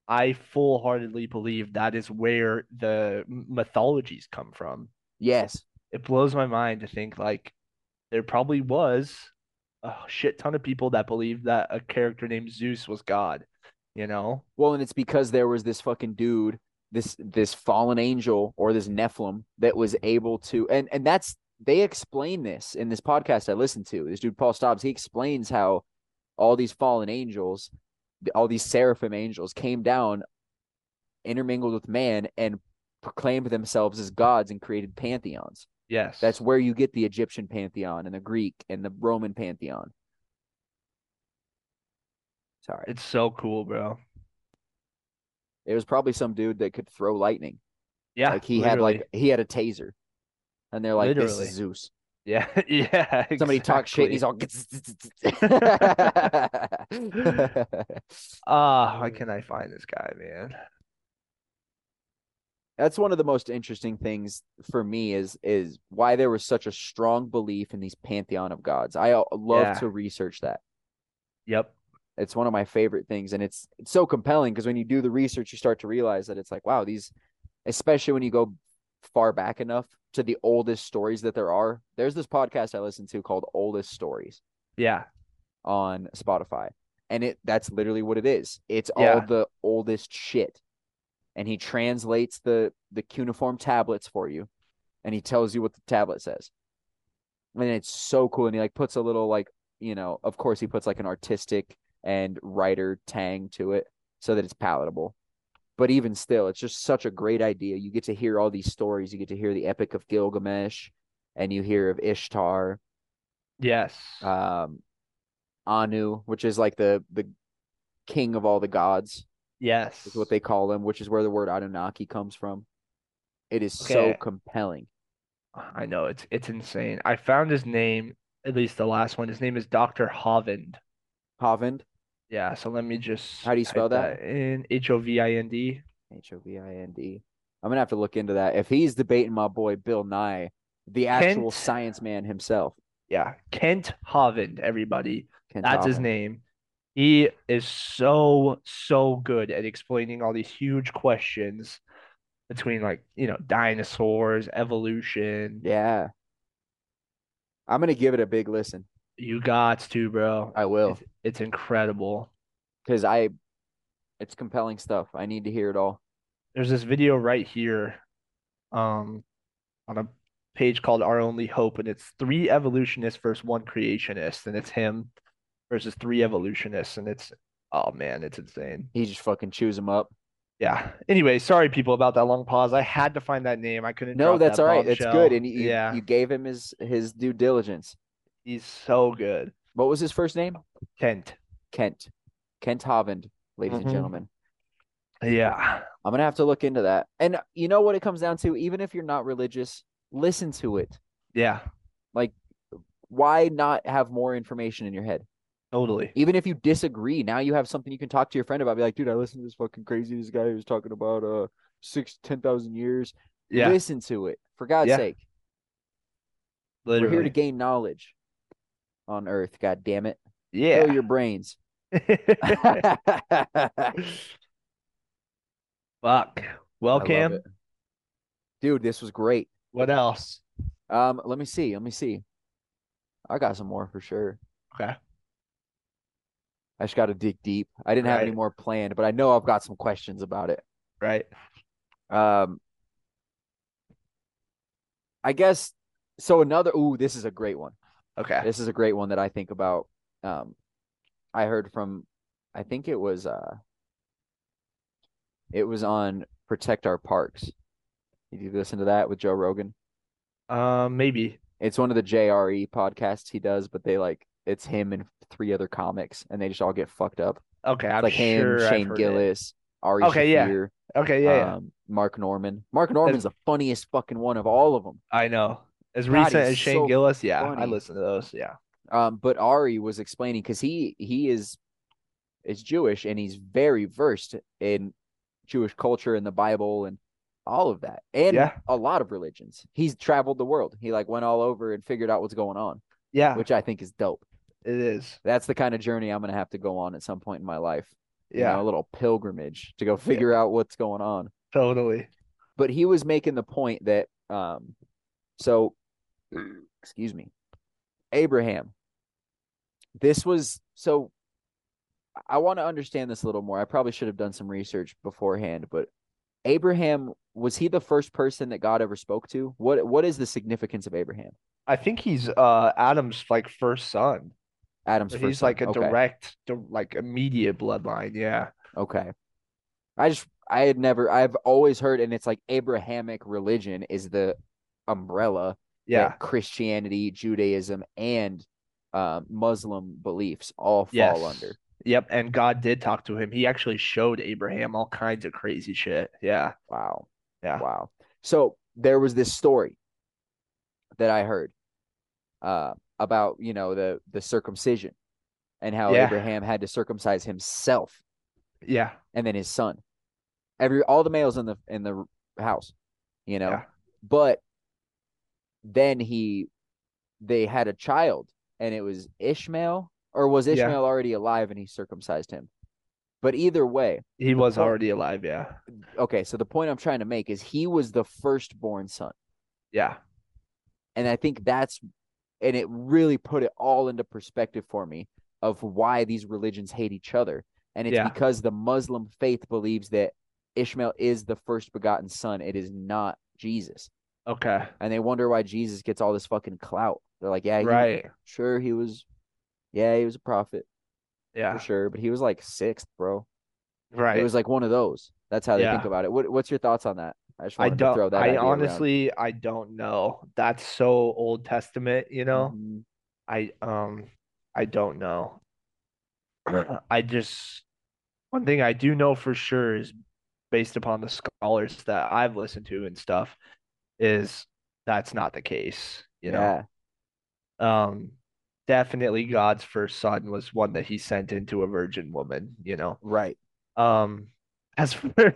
Speaker 2: I full heartedly believe that is where the m- mythologies come from.
Speaker 1: Yes.
Speaker 2: It blows my mind to think like there probably was a shit ton of people that believed that a character named Zeus was God, you know?
Speaker 1: Well, and it's because there was this fucking dude, this this fallen angel or this Nephilim that was able to and and that's they explain this in this podcast I listened to. This dude Paul Stobbs, he explains how all these fallen angels, all these seraphim angels came down intermingled with man and proclaimed themselves as gods and created pantheons.
Speaker 2: Yes.
Speaker 1: That's where you get the Egyptian pantheon and the Greek and the Roman pantheon. Sorry.
Speaker 2: It's so cool, bro.
Speaker 1: It was probably some dude that could throw lightning.
Speaker 2: Yeah,
Speaker 1: like he had like he had a taser, and they're like, "This is Zeus."
Speaker 2: yeah, yeah.
Speaker 1: Somebody talks shit, and he's all.
Speaker 2: ah, why can I find this guy, man?
Speaker 1: That's one of the most interesting things for me is is why there was such a strong belief in these pantheon of gods. I al- love
Speaker 2: Yeah.
Speaker 1: to research that.
Speaker 2: Yep,
Speaker 1: It's one of my favorite things, and it's it's so compelling because when you do the research, you start to realize that it's like, wow, these, especially when you go far back enough to the oldest stories that there are. There's this podcast I listen to called Oldest Stories.
Speaker 2: yeah,
Speaker 1: on Spotify. And it that's literally what it is. It's all
Speaker 2: Yeah.
Speaker 1: the oldest shit. And he translates the the cuneiform tablets for you and he tells you what the tablet says. And it's so cool and he like puts a little like, you know, of course he puts like an artistic and writer tang to it so that it's palatable. But even still, it's just such a great idea. You get to hear all these stories. You get to hear the Epic of Gilgamesh and you hear of Ishtar
Speaker 2: yes,
Speaker 1: um Anu, which is like the the king of all the gods,
Speaker 2: yes.
Speaker 1: is what they call him, which is where the word Anunnaki comes from. It is so
Speaker 2: Okay.
Speaker 1: compelling.
Speaker 2: I know it's it's insane. I found his name, at least the last one. His name is Doctor Hovind.
Speaker 1: Hovind,
Speaker 2: Yeah, so let me just
Speaker 1: How do you
Speaker 2: type
Speaker 1: spell that?
Speaker 2: in H O V I N D.
Speaker 1: H O V I N D. I'm gonna have to look into that. If he's debating my boy Bill Nye, the actual
Speaker 2: Kent.
Speaker 1: science man himself,
Speaker 2: Yeah, Kent Hovind. Everybody,
Speaker 1: Kent
Speaker 2: That's his
Speaker 1: Hovind.
Speaker 2: name. He is so, so good at explaining all these huge questions between like, you know, dinosaurs, evolution.
Speaker 1: Yeah, I'm gonna give it a big listen.
Speaker 2: You got to, bro.
Speaker 1: I will
Speaker 2: It's, it's incredible.
Speaker 1: because I, it's compelling stuff. I need to hear it all.
Speaker 2: There's this video right here, um, on a page called Our Only Hope, and it's three evolutionists versus one creationist, and it's him versus three evolutionists, and it's, oh man, it's insane.
Speaker 1: He just fucking chews him up.
Speaker 2: Yeah. Anyway, sorry people about that long pause. I had to find that name. I couldn't.
Speaker 1: No,
Speaker 2: drop
Speaker 1: that's
Speaker 2: that
Speaker 1: all right. That's
Speaker 2: bombshell.
Speaker 1: good. And you,
Speaker 2: yeah,
Speaker 1: you gave him his his due diligence.
Speaker 2: he's so good.
Speaker 1: What was his first name?
Speaker 2: Kent.
Speaker 1: Kent. Kent Hovind, ladies
Speaker 2: Mhm.
Speaker 1: and gentlemen.
Speaker 2: Yeah.
Speaker 1: I'm gonna have to look into that. And you know what it comes down to? Even if you're not religious, listen to it.
Speaker 2: Yeah.
Speaker 1: Why not have more information in your head?
Speaker 2: Totally.
Speaker 1: Even if you disagree, now you have something you can talk to your friend about. Be like, dude, I listened to this fucking crazy this guy who was talking about uh six, ten thousand years.
Speaker 2: Yeah.
Speaker 1: Listen to it, for God's
Speaker 2: Yeah.
Speaker 1: sake.
Speaker 2: literally.
Speaker 1: We're here to gain knowledge on earth, god damn it. Fill
Speaker 2: yeah.
Speaker 1: your brains.
Speaker 2: Fuck. Well,
Speaker 1: I love
Speaker 2: Cam.
Speaker 1: it. Dude, this was great.
Speaker 2: What else?
Speaker 1: Um, let me see. Let me see. I got some more for sure.
Speaker 2: Okay.
Speaker 1: I just got to dig deep. I didn't have any
Speaker 2: Right.
Speaker 1: more planned, but I know I've got some questions about it.
Speaker 2: Right.
Speaker 1: Um, I guess so. Another. Ooh, this is a great one.
Speaker 2: Okay.
Speaker 1: This is a great one that I think about. Um, I heard from. I think it was. Uh, it was on protect our parks. Did you listen to that with Joe Rogan?
Speaker 2: Um. Maybe.
Speaker 1: It's one of the JRE podcasts he does, but they like it's him and three other comics, and they just all get fucked up.
Speaker 2: Okay.
Speaker 1: It's
Speaker 2: I'm
Speaker 1: like
Speaker 2: sure
Speaker 1: him,
Speaker 2: I've
Speaker 1: Shane
Speaker 2: heard it.
Speaker 1: Gillis, Ari
Speaker 2: Okay, yeah.
Speaker 1: Shaffir,
Speaker 2: Okay. Yeah. yeah.
Speaker 1: um, Mark Norman. Mark Norman's the funniest fucking one of all of them.
Speaker 2: I know. As
Speaker 1: God,
Speaker 2: recent
Speaker 1: he's
Speaker 2: as Shane
Speaker 1: so
Speaker 2: Gillis. Yeah. I
Speaker 1: funny.
Speaker 2: listen to those. Yeah.
Speaker 1: Um, but Ari was explaining because he he is is Jewish and he's very versed in Jewish culture and the Bible and all of that, and
Speaker 2: Yeah.
Speaker 1: a lot of religions. He's traveled the world. He like went all over and figured out what's going on,
Speaker 2: Yeah,
Speaker 1: which I think is dope.
Speaker 2: it is.
Speaker 1: That's the kind of journey I'm gonna have to go on at some point in my life. You
Speaker 2: Yeah,
Speaker 1: know, a little pilgrimage to go figure out what's going on.
Speaker 2: totally.
Speaker 1: but he was making the point that um so excuse me abraham this was so i want to understand this a little more i probably should have done some research beforehand but abraham was he the first person that god ever spoke to what what is the significance of abraham
Speaker 2: I think he's uh Adam's like first son.
Speaker 1: adam's
Speaker 2: So
Speaker 1: first
Speaker 2: he's
Speaker 1: son.
Speaker 2: like a
Speaker 1: okay.
Speaker 2: direct, di- like immediate bloodline. Yeah,
Speaker 1: okay i just i had never i've always heard and it's like abrahamic religion is the umbrella
Speaker 2: yeah,
Speaker 1: that Christianity, Judaism, and um, Muslim beliefs all fall
Speaker 2: yes.
Speaker 1: under.
Speaker 2: Yep, and God did talk to him. He actually showed Abraham all kinds of crazy shit. Yeah,
Speaker 1: Wow.
Speaker 2: Yeah.
Speaker 1: Wow. So there was this story that I heard uh, about, you know, the the circumcision and how
Speaker 2: Yeah.
Speaker 1: Abraham had to circumcise himself
Speaker 2: yeah,
Speaker 1: and then his son. Every all the males in the in the house, you know.
Speaker 2: Yeah.
Speaker 1: But then he they had a child and it was Ishmael or was
Speaker 2: Yeah.
Speaker 1: Ishmael already alive and he circumcised him. But either way,
Speaker 2: he was
Speaker 1: point-
Speaker 2: already alive. Yeah,
Speaker 1: okay, so the point I'm trying to make is he was the firstborn son.
Speaker 2: yeah,
Speaker 1: And I think that's and it really put it all into perspective for me of why these religions hate each other. And it's
Speaker 2: Yeah.
Speaker 1: because the Muslim faith believes that Ishmael is the first begotten son. It is not Jesus.
Speaker 2: okay,
Speaker 1: And they wonder why Jesus gets all this fucking clout. They're like, yeah, he,
Speaker 2: right,
Speaker 1: sure, he was, yeah, he was a prophet
Speaker 2: yeah,
Speaker 1: for sure, but he was like sixth, bro.
Speaker 2: right.
Speaker 1: It was like one of those. That's how they think
Speaker 2: Yeah.
Speaker 1: about it. What, what's your thoughts on that? I just
Speaker 2: I
Speaker 1: wanted to throw
Speaker 2: don't.
Speaker 1: that.
Speaker 2: I
Speaker 1: idea around.
Speaker 2: honestly, I don't know. That's so Old Testament, you know.
Speaker 1: Mhm.
Speaker 2: I um I don't know.
Speaker 1: Mm-hmm.
Speaker 2: I just one thing I do know for sure is based upon the scholars that I've listened to and stuff is that's not the case, you
Speaker 1: yeah,
Speaker 2: know. Um definitely God's first son was one that he sent into a virgin woman, you know.
Speaker 1: right.
Speaker 2: Um as for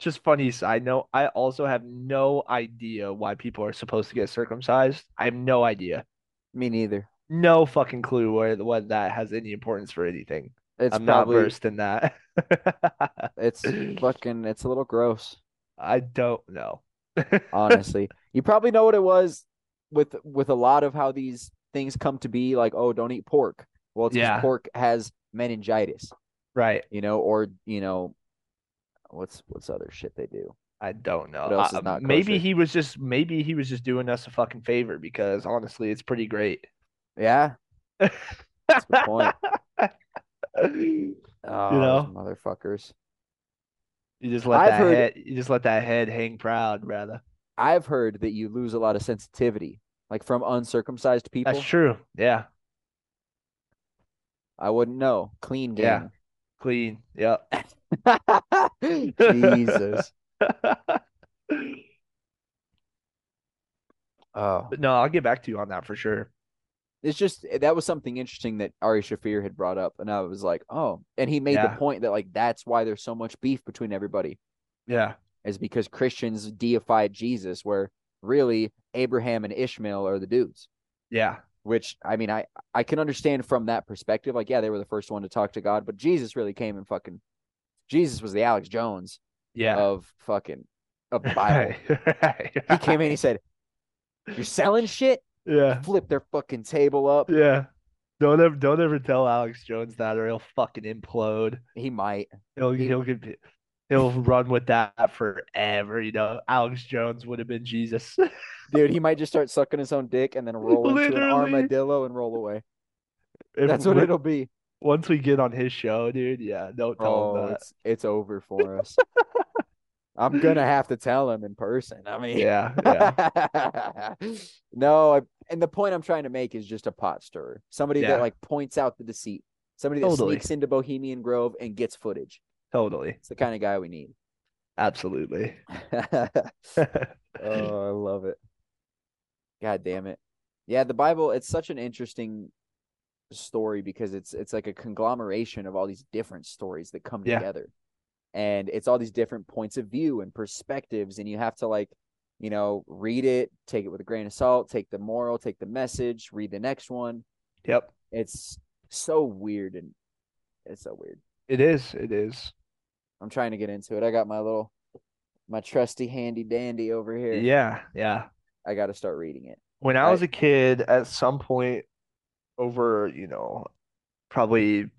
Speaker 2: just funny side note, I also have no idea why people are supposed to get circumcised. I have no idea
Speaker 1: Me neither.
Speaker 2: no fucking clue where what that has any importance for anything.
Speaker 1: It's
Speaker 2: I'm
Speaker 1: probably
Speaker 2: not versed in that.
Speaker 1: it's fucking it's a little gross,
Speaker 2: I don't know.
Speaker 1: honestly. you probably know what it was with with a lot of how these things come to be. Like, oh, don't eat pork. Well, it's 'cause
Speaker 2: Yeah.
Speaker 1: pork has meningitis,
Speaker 2: Right.
Speaker 1: you know, or you know, what's what's other shit they do.
Speaker 2: I don't know.
Speaker 1: What else is
Speaker 2: Uh,
Speaker 1: not
Speaker 2: maybe
Speaker 1: kosher?
Speaker 2: he was just maybe he was just doing us a fucking favor because honestly it's pretty great.
Speaker 1: Yeah. That's a good point.
Speaker 2: you
Speaker 1: Oh,
Speaker 2: know?
Speaker 1: those motherfuckers.
Speaker 2: just let
Speaker 1: I've
Speaker 2: that
Speaker 1: heard-
Speaker 2: head you just let that head hang proud, rather.
Speaker 1: I've heard that you lose a lot of sensitivity, like from uncircumcised people.
Speaker 2: That's true. Yeah.
Speaker 1: I wouldn't know. Clean game.
Speaker 2: Yeah. Clean. Yeah.
Speaker 1: Jesus.
Speaker 2: but
Speaker 1: Oh.
Speaker 2: no, I'll get back to you on that for sure.
Speaker 1: It's just eh, that was something interesting that Ari Shafir had brought up, and I was like, oh, and he made
Speaker 2: Yeah.
Speaker 1: the point that like that's why there's so much beef between everybody
Speaker 2: Yeah.
Speaker 1: is because Christians deified Jesus, where really Abraham and Ishmael are the dudes.
Speaker 2: Yeah.
Speaker 1: Which I mean, I I can understand from that perspective. Like, yeah, they were the first one to talk to God, but Jesus really came and fucking Jesus was the Alex Jones
Speaker 2: Yeah.
Speaker 1: of fucking a Oh, Bible.
Speaker 2: Right, right,
Speaker 1: he came in, he said, "You're selling shit."
Speaker 2: Yeah.
Speaker 1: Flip their fucking table up.
Speaker 2: Uh-huh. Yeah. Don't ever don't ever tell Alex Jones that or he'll fucking implode.
Speaker 1: He might.
Speaker 2: He'll
Speaker 1: He-
Speaker 2: he'll get he'll run with that forever, you know. Alex Jones would have been Jesus.
Speaker 1: Dude, he might just start sucking his own dick and then roll into an
Speaker 2: Literally.
Speaker 1: armadillo and roll away.
Speaker 2: If
Speaker 1: That's what
Speaker 2: we-
Speaker 1: it'll be.
Speaker 2: once we get on his show, dude. Yeah, don't tell
Speaker 1: Oh,
Speaker 2: him that.
Speaker 1: it's it's over for us. I'm gonna have to tell him in person. I mean,
Speaker 2: Yeah, yeah.
Speaker 1: no, I, and the point I'm trying to make is just a pot stirrer, somebody
Speaker 2: Yeah.
Speaker 1: that like points out the deceit, somebody that
Speaker 2: Totally.
Speaker 1: sneaks into Bohemian Grove and gets footage.
Speaker 2: totally.
Speaker 1: It's the kind of guy we need.
Speaker 2: Absolutely.
Speaker 1: Oh, I love it. God damn it. Yeah, the Bible, it's such an interesting story because it's it's like a conglomeration of all these different stories that come
Speaker 2: Yeah.
Speaker 1: together. and it's all these different points of view and perspectives and you have to like you know read it take it with a grain of salt take the moral take the message read the next one
Speaker 2: Yep.
Speaker 1: it's so weird and it's so weird
Speaker 2: It is. It is.
Speaker 1: i'm trying to get into it i got my little my trusty handy dandy over here
Speaker 2: Yeah. Yeah.
Speaker 1: i got to start reading it
Speaker 2: When I
Speaker 1: I-
Speaker 2: was a kid, at some point over, you know, probably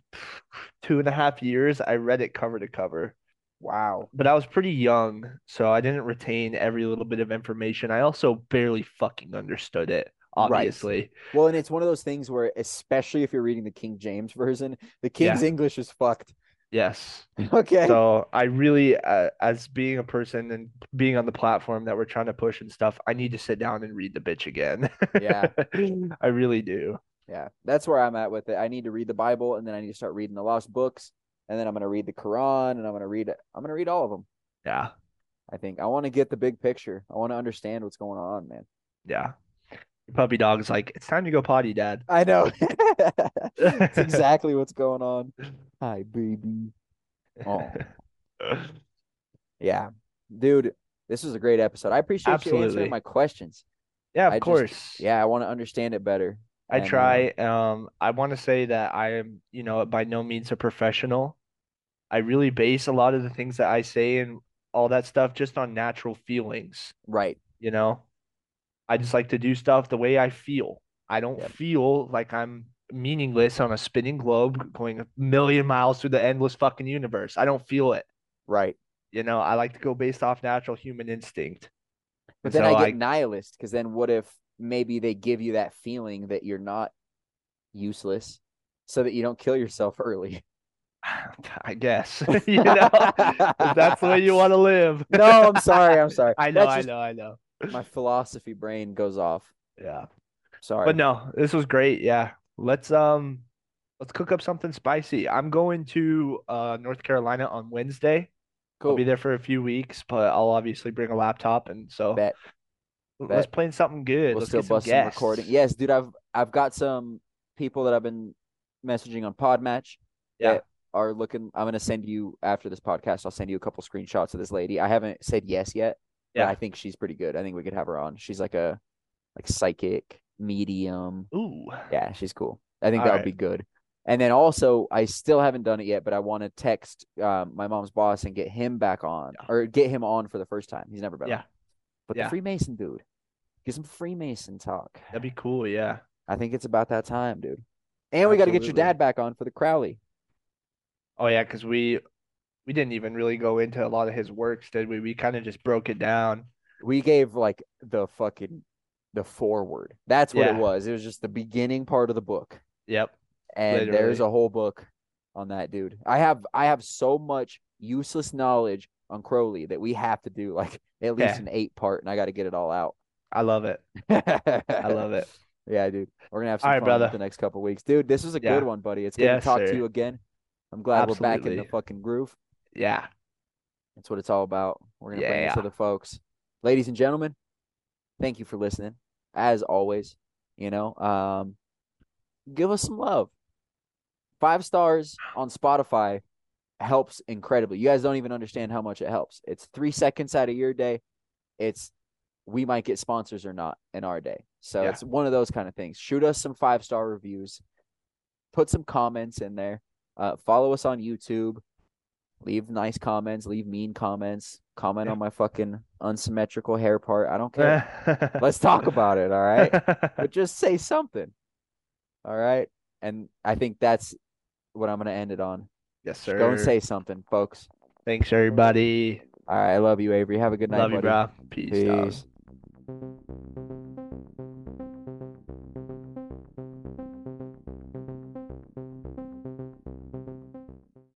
Speaker 2: two and a half years, I read it cover to cover.
Speaker 1: wow
Speaker 2: But I was pretty young, so I didn't retain every little bit of information. I also barely fucking understood it,
Speaker 1: Right.
Speaker 2: obviously.
Speaker 1: well and it's one of those things where especially if you're reading the king james version the king's english is fucked
Speaker 2: Yes.
Speaker 1: okay
Speaker 2: So I really, uh, as being a person and being on the platform that we're trying to push and stuff, I need to sit down and read the bitch again.
Speaker 1: Yeah.
Speaker 2: I really do.
Speaker 1: Yeah, that's where I'm at with it. I need to read the Bible, and then I need to start reading the lost books, and then I'm gonna read the Quran, and I'm gonna read I'm gonna read all of them.
Speaker 2: Yeah,
Speaker 1: I think I want to get the big picture. I want to understand what's going on, man.
Speaker 2: yeah. Your puppy dog's like, it's time to go potty, Dad.
Speaker 1: I know. It's exactly what's going on. Hi, baby. Oh. Yeah, dude, this was a great episode. I appreciate you
Speaker 2: Absolutely.
Speaker 1: answering my questions.
Speaker 2: Yeah, of
Speaker 1: I just-
Speaker 2: course.
Speaker 1: Yeah, I want to understand it better.
Speaker 2: I
Speaker 1: and, uh,
Speaker 2: try. Um, I want to say that I am, you know, by no means a professional. I really base a lot of the things that I say and all that stuff just on natural feelings.
Speaker 1: right.
Speaker 2: you know i just like to do stuff the way i feel i don't
Speaker 1: Yep.
Speaker 2: feel like i'm meaningless on a spinning globe going a million miles through the endless fucking universe i don't feel it
Speaker 1: Right.
Speaker 2: you know i like to go based off natural human instinct
Speaker 1: But
Speaker 2: And
Speaker 1: then
Speaker 2: so
Speaker 1: I get
Speaker 2: I-
Speaker 1: nihilist because then what if maybe they give you that feeling that you're not useless so that you don't kill yourself early?
Speaker 2: i guess you know if that's the way you want to live
Speaker 1: No, I'm sorry. I'm sorry.
Speaker 2: i know
Speaker 1: That's
Speaker 2: i
Speaker 1: just-
Speaker 2: know i know
Speaker 1: My philosophy brain goes off.
Speaker 2: yeah
Speaker 1: Sorry.
Speaker 2: but no this was great yeah let's um let's cook up something spicy i'm going to uh north carolina on wednesday I'll
Speaker 1: cool.
Speaker 2: be there for a few weeks, but I'll obviously bring a laptop, and so
Speaker 1: Bet.
Speaker 2: l- let's
Speaker 1: bet.
Speaker 2: play something good.
Speaker 1: We'll
Speaker 2: let's
Speaker 1: still
Speaker 2: get some
Speaker 1: bust some recording.
Speaker 2: guests.
Speaker 1: Yes, dude, I've I've got some people that I've been messaging on Podmatch
Speaker 2: Yeah.
Speaker 1: that are looking I'm gonna send you after this podcast, I'll send you a couple screenshots of this lady. I haven't said yes yet, but
Speaker 2: Yeah.
Speaker 1: I think she's pretty good. I think we could have her on. She's like a like psychic medium.
Speaker 2: Ooh.
Speaker 1: Yeah, she's cool. I think
Speaker 2: All
Speaker 1: that would
Speaker 2: right.
Speaker 1: be good. And then also, I still haven't done it yet, but I want to text um, my mom's boss and get him back on
Speaker 2: Yeah.
Speaker 1: or get him on for the first time. He's never been on.
Speaker 2: Yeah.
Speaker 1: But the
Speaker 2: Yeah.
Speaker 1: Freemason dude, get some Freemason talk.
Speaker 2: That'd be cool. Yeah.
Speaker 1: I think it's about that time, dude. And we got to get your
Speaker 2: Absolutely.
Speaker 1: dad back on for the Crowley.
Speaker 2: Oh yeah, because we we didn't even really go into a lot of his works, did we? We kind of just broke it down.
Speaker 1: We gave like the fucking the forward. That's what it
Speaker 2: Yeah.
Speaker 1: was. It was just the beginning part of the book.
Speaker 2: Yep.
Speaker 1: and there's
Speaker 2: Literally.
Speaker 1: a whole book on that dude. I have I have so much useless knowledge on Crowley that we have to do like at least
Speaker 2: Yeah.
Speaker 1: an eight part, and I got to get it all out.
Speaker 2: I love it.
Speaker 1: I
Speaker 2: I love it.
Speaker 1: Yeah, dude, we're gonna have some
Speaker 2: All right,
Speaker 1: fun
Speaker 2: brother.
Speaker 1: the next couple weeks, dude. This was a
Speaker 2: Yeah.
Speaker 1: good one, buddy. It's good to
Speaker 2: Yes,
Speaker 1: talk to
Speaker 2: sir.
Speaker 1: you again. I'm glad we're back in the
Speaker 2: Absolutely.
Speaker 1: fucking groove.
Speaker 2: Yeah.
Speaker 1: That's what it's all about. We're gonna bring it to
Speaker 2: Yeah.
Speaker 1: the folks, ladies and gentlemen. Thank you for listening, as always. You know, um, give us some love. Five stars on Spotify helps incredibly. You guys don't even understand how much it helps. It's three seconds out of your day. It's we might get sponsors or not in our day. So
Speaker 2: Yeah.
Speaker 1: it's one of those kind of things. Shoot us some five star reviews. Put some comments in there. Uh, follow us on YouTube. Leave nice comments. Leave mean comments. Comment
Speaker 2: Yeah.
Speaker 1: on my fucking unsymmetrical hair part. I don't care. Let's talk about it. All right. but just say something. All right. And I think that's what I'm going to end it on.
Speaker 2: yes, sir.
Speaker 1: Just Go and say something, folks.
Speaker 2: Thanks, everybody.
Speaker 1: All right. I love you, Avery. Have a good night.
Speaker 2: Love you,
Speaker 1: buddy.
Speaker 2: bro. Peace. dog.
Speaker 1: Peace.